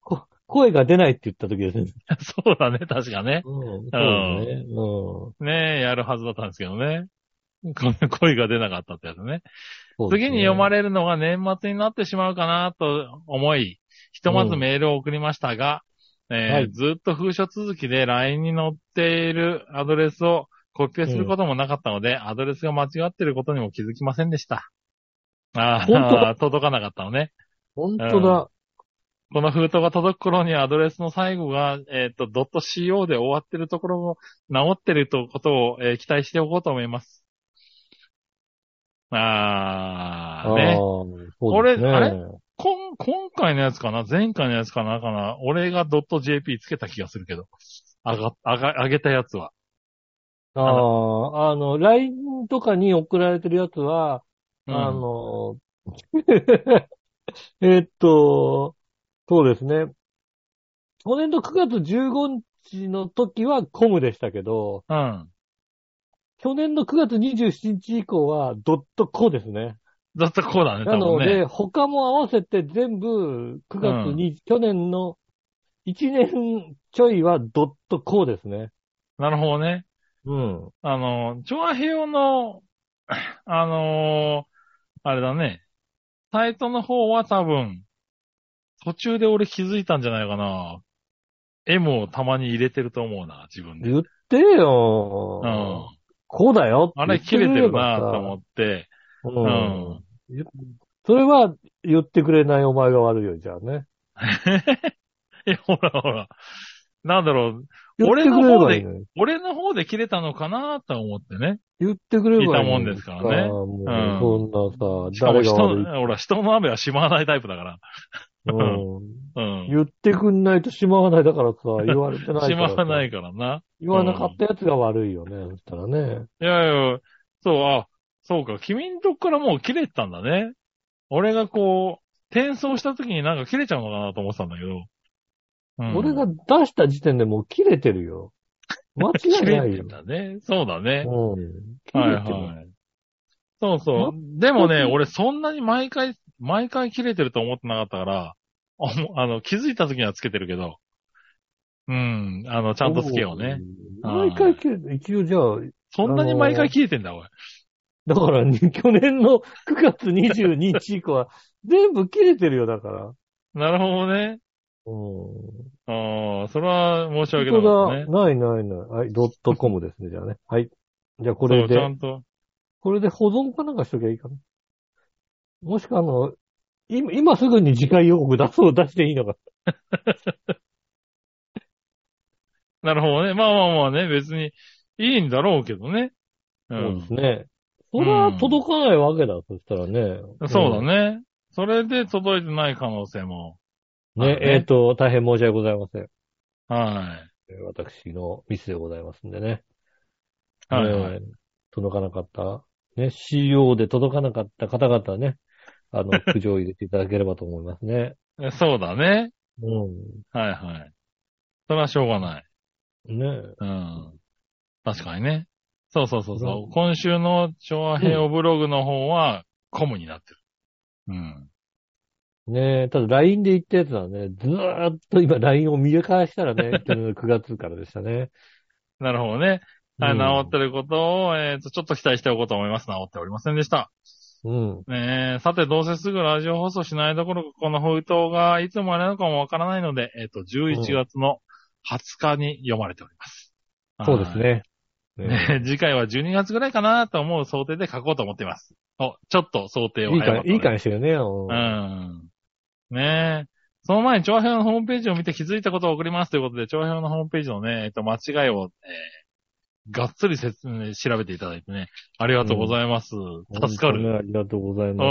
こ声が出ないって言った時ですね。
ー そうだね、確かね。
うん。そうですね。うん。
ねえ、やるはずだったんですけどね。こ の声が出なかったってやつね。
そうですね
次に読まれるのが年末になってしまうかなと思い、ひとまずメールを送りましたが、えー
はい
ずっと封書続きで LINE に載っているアドレスをコピペすることもなかったので、アドレスが間違っていることにも気づきませんでした。あ
本当
あ、届かなかったのね。
本当だ。
この封筒が届く頃にはアドレスの最後が、えっ、と、.co で終わってるところも直ってるとことを、えー期待しておこうと思います。あ
あ
ー、
あ
ね。
そうですね。
これあこん、今回のやつかな前回のやつかなかな俺が .jp つけた気がするけど。あが、あが、あげたやつは。
ああ、あの、LINE とかに送られてるやつは、
うん
あの、 えっと、そうですね。去年の9月15日の時はコムでしたけど、
うん。
去年の9月27日以降はドットコですね。
だったらこうだね、
な
多
の
分ね。
で、他も合わせて全部9月に、去年の1年ちょいはドットコですね。
なるほどね。
うん。
あの、調和平和の、 あのーあれだね。サイトの方は多分、途中で俺気づいたんじゃないかな。M をたまに入れてると思うな、自分で。
言ってよ
う
ー。
ん。
こうだよ
あれ切れてるなと思
って
って。
言って
う
くれればさ。うんそれ
ん。
は言ってくれないお前が悪いよ、じゃあね。
いや、ほらほら。なんだろう。
言って
俺の
くれれ
方
ばい
で
いのに。
俺の方で切れたのかなと思ってね。
言ってくれればいいのに。
聞いたもんですからね
さあもうそんな
うんし
さ、
かも
誰
人
が悪い
の、ほら、人の雨はしまわないタイプだから。
うん
うん。
言ってくんないとしまわないだから さ、言われてないから。。
しまわないいからな。
言わなかったやつが悪いよね、そしたらね。
いやいや、そう、あ、そうか、君んとこからもう切れてたんだね。俺がこう、転送した時になんか切れちゃうのかなと思ってたんだけど。うん
俺が出した時点でもう切れてるよ。間違
切
いな
れ
い
て
よ。
たね。そうだね。
うん。切
はい
れてる。
はい。そうそう。でもね、俺そんなに毎回、毎回切れてると思ってなかったから、 あもうあの、気づいた時にはつけてるけど、うん、あの、ちゃんとつけようね。
うん。毎回切れて、一応じゃあ、
そんなに毎回切れてんだ、おい。
だから、ね、去年の9月22日以降は、全部切れてるよ、だから。
なるほどね。
うん。
ああ、それは申し訳な
本
かっ
当
たね
だ。。ないないない。はい、ドットコムですね、じゃあね。はい。じゃあこ
そ
れ
う、ち
で
ゃ、んと。
これで保存かなんかしときゃいいかな。もしくはあの、今、今すぐに次回予告出そう、出していいのか。
なるほどね。まあまあまあね、別にいいんだろうけどね。う
そうで
ん
す。ね。それは
うん
届かないわけだ、そしたらね。
そうだね。それで届いてない可能性も。
うん。ね、
まあね
えっ、と、大変申し訳ございません。
は
えー私のミスでございますんでね。
い。はい、はい。
えー届かなかった、ね、CO で届かなかった方々ね、あ の、苦情を入れていただければと思いますね。
えそうだね。
う
はいはい。それはしょうがない。
ん。ねえ
うん。確かにね。そうそうそうそう。
うん
今週の昭和平和ブログの方は、コムになってる。うん。
ねえ、ただ LINE で言ったやつはね、ずーっと今 LINE を見返したら ね、去年の9月からでしたね。
なるほどね。はい、
うん
治ってることを、えっ、と、ちょっと期待しておこうと思います。治っておりませんでした。
うん。
ねえ、さて、どうせすぐラジオ放送しないどころか、この封筒がいつもあれなのかもわからないので、えっ、と、11月の20日に読まれております。
そうですね。
は
ね
い。ねえ 次回は12月ぐらいかなと思う想定で書こうと思っています。お、ちょっと想定を
いい
早ま
か
っ、た
いい感じしてるね。うん
うん。ねえ。その前に、長編のホームページを見て気づいたことを送りますということで、長編のホームページのね、えっと、間違いを、えーがっつり説明、調べていただいてね、ありがとうございます。助か
本当
る。
ねありがとうございうま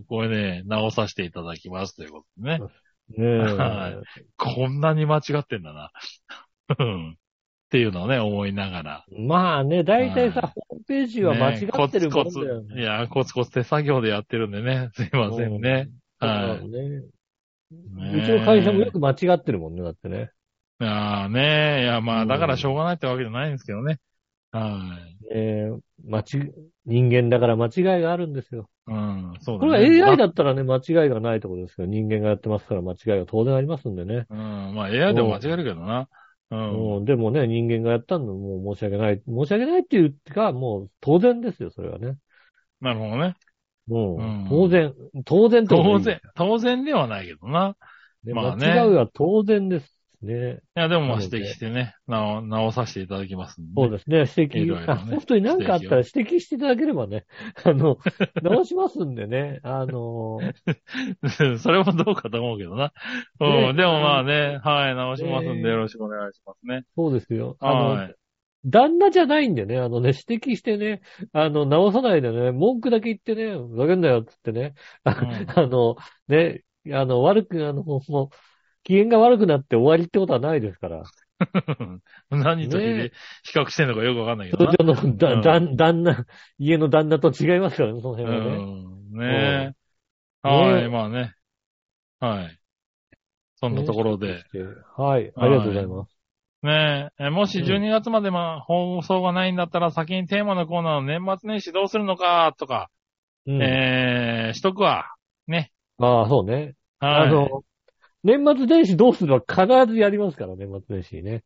ん。これね、直させていただきますということでね。
す。ねえ。
はいこんなに間違ってんだな。うん。っていうのをね、思いながら。
まあね、大体
は
さ、ホームページは間違ってるもん
ねコツ
だよ
コツ。いや、コツコツ手作業でやってるんでね、 すいませんね。は
そう
い。
だね
ね
うちの会社もよく間違ってるもんね、だってね。
ああねいや
う
まあ
ん
だからしょうがないってわけじゃないんですけどね。はい。
えー、間違、人間だから間違いがあるんですよ。
うん、そう
こ
だね。
れは AI
だ。
だったらね、間違いがないところですけど、人間がやってますから間違いが当然ありますんでね。
うん、まあ AI でも間違えるけどな。うん。
うん、でもね、人間がやったのもう申し訳ない。申し訳ないっていうか、もう当然ですよ、それはね。
なるほどね。
もう、
うん
当然、当然ってことでいい
当然、当然ではないけどな。
ね、
まあね
間違いは当然ですね。
いや、でもまあ
そうね
指摘してね、直直させていただきますんで。
そうですね、
い
指
ろいろね
摘、あ本当に何かあったら指摘していただければね、あ の、直しますんでね、あの、
それもどうかと思うけどな。うん、
ね
でもまあね、はい、直しますんで
ね
よろしくお願いしますね。
そうですよ。あの、
はい。
旦那じゃないんでね、あのね、指摘してね、あの、直さないでね、文句だけ言ってね、ふざけんなよっつってね、あ
ん
あの、ね、あの、悪く、あの、もう、機嫌が悪くなって終わりってことはないですから。
何と比
ね
例比較してんのかよくわかんないけど
通
な。
常のだ、
うん
旦旦那、家の旦那と違いますからね、その辺
う
はね。
ん、ねえ。
うん
は
ね
い、まあね。はい。そんなところで。
ね。はい、ありがとうございます。
ねえ、えもし
うん
12月までまあ放送がないんだったら先にテーマのコーナーの年末年始どうするのかとか、
うん、
えー、しとくわ。
ああ、そうね。
は
あ
い。
の、年末年始どうするのは必ずやりますから、年末年始にね。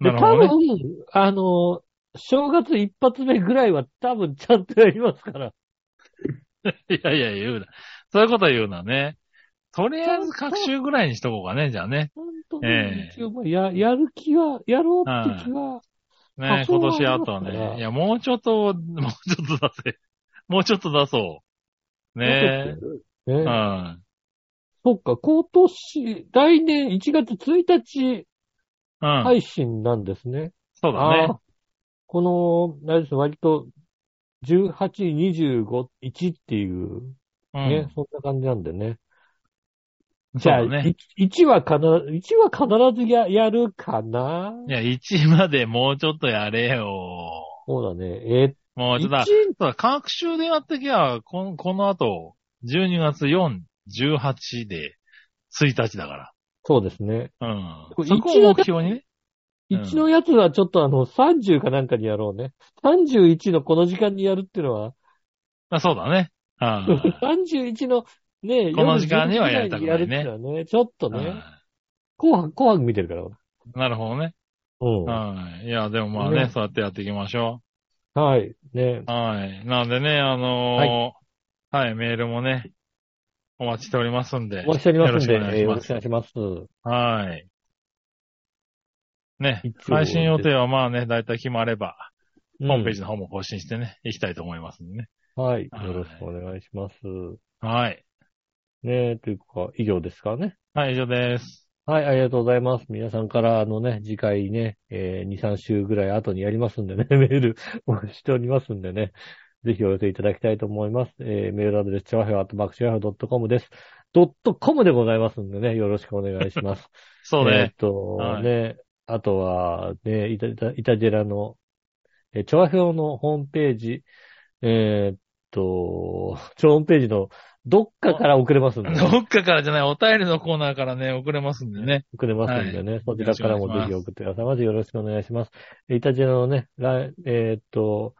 な
で、
る
多
ほどね。
分、あの、正月一発目ぐらいは多分ちゃんとやりますから。
いやいや、言うな。そういうことは言うなね。とりあえず各週ぐらいにしとこうかね、じゃあね。
本当
え
ね
え、
一応、まあや、やる気は、やろうって気は、
ね
あ
今
そう
年あとは
そうだ
ね。いや、もうちょっと、 もうちょっと出せ。もうちょっと出そう。ね
え。
え。う
ね
ん。
そっか、今年、来年1月1日
うん。
配信なんですね。
そうだね
あ。あこの、あれです、割と、18、25、1っていう、
うん。
ね、そんな感じなんでね。
そ
じ
う
ゃあ、
だね。
1, 1は必ず、一は必ずややるかない
や、1までもうちょっとやれよ。
そうだね。えっ
もうちょっとだ、
一
そうだ各週でやってきゃ、このこの後、12月4、18で、1日だか
そうですね。
ら。うん
こ。れ
そこを目標にね。うん
1のやつはちょっとあの、30かなんかにやろうね。31のこの時間にやるっていうのは、
あそうだね。あ
31のね、
この
夜
時間には
10
やりたくな
ぐらにや
いね
るっていうのはね、ちょっと
あ
ね、紅白、紅白見てるから。
なるほどね。
うん。
はいいや、でもまあね、
ね
そうやってやっていきましょ
はい。ね。
はい。なんでね、あのーはい、メールもね、お待ちしておりますんで。
お待ちしておりますんで、
よろしくお願いします
えーよろしくお願いします。
はい。ね
一、応
配信予定はまあね、だいたい決まれば、
うん
ホームページの方も更新してね、行きたいと思いますんでね。
はい。
はい
よろしくお願いします。
はい。
ねえ、というか、以上ですかね。
はい、以上です。
はい、ありがとうございます。皆さんから、あのね、次回ね、えー2、3週ぐらい後にやりますんでね、 メールをしておりますんでね、ぜひお寄せいただきたいと思います。えーメールアドレス、チャワヘアットマークチャワヘア .com です。ドットコムでございますんでね、よろしくお願いします。
そう
えーっ
ね。
と、
はい
ね、あとは、ね、イタ、イタイタジェラの、えー、調和表のホームページ、えーっと、調和ホームページのどっかから送れますんで、
どっかからじゃない、お便りのコーナーからね、送れますんでね。
送れますんでね、そちらからもぜひ送ってください。まずよろしくお願いします。えーイタジェラのね、ラえーっと、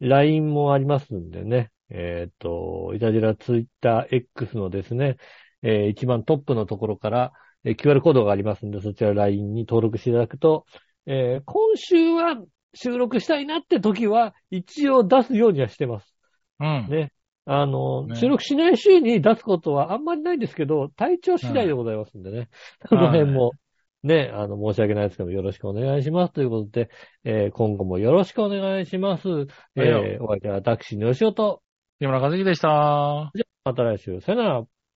LINE もありますんでね、えーっと、イタジェラツイッター X のですね、えー一番トップのところから、えー QR コードがありますんで、そちら LINE に登録していただくと、えー今週は収録したいなって時は、一応出すようにはしてます。
うん。
ねあの、
ね
収録しない週に出すことはあんまりないんですけど、体調次第でございますんでね。そ
はい
の辺も、ね、あの、申し訳ないですけど、よろしくお願いします。ということで、えー今後もよろしくお願いします。
はいよ
えーお相手は私、のしおと、
木村和樹でした。
また来週、さよなら。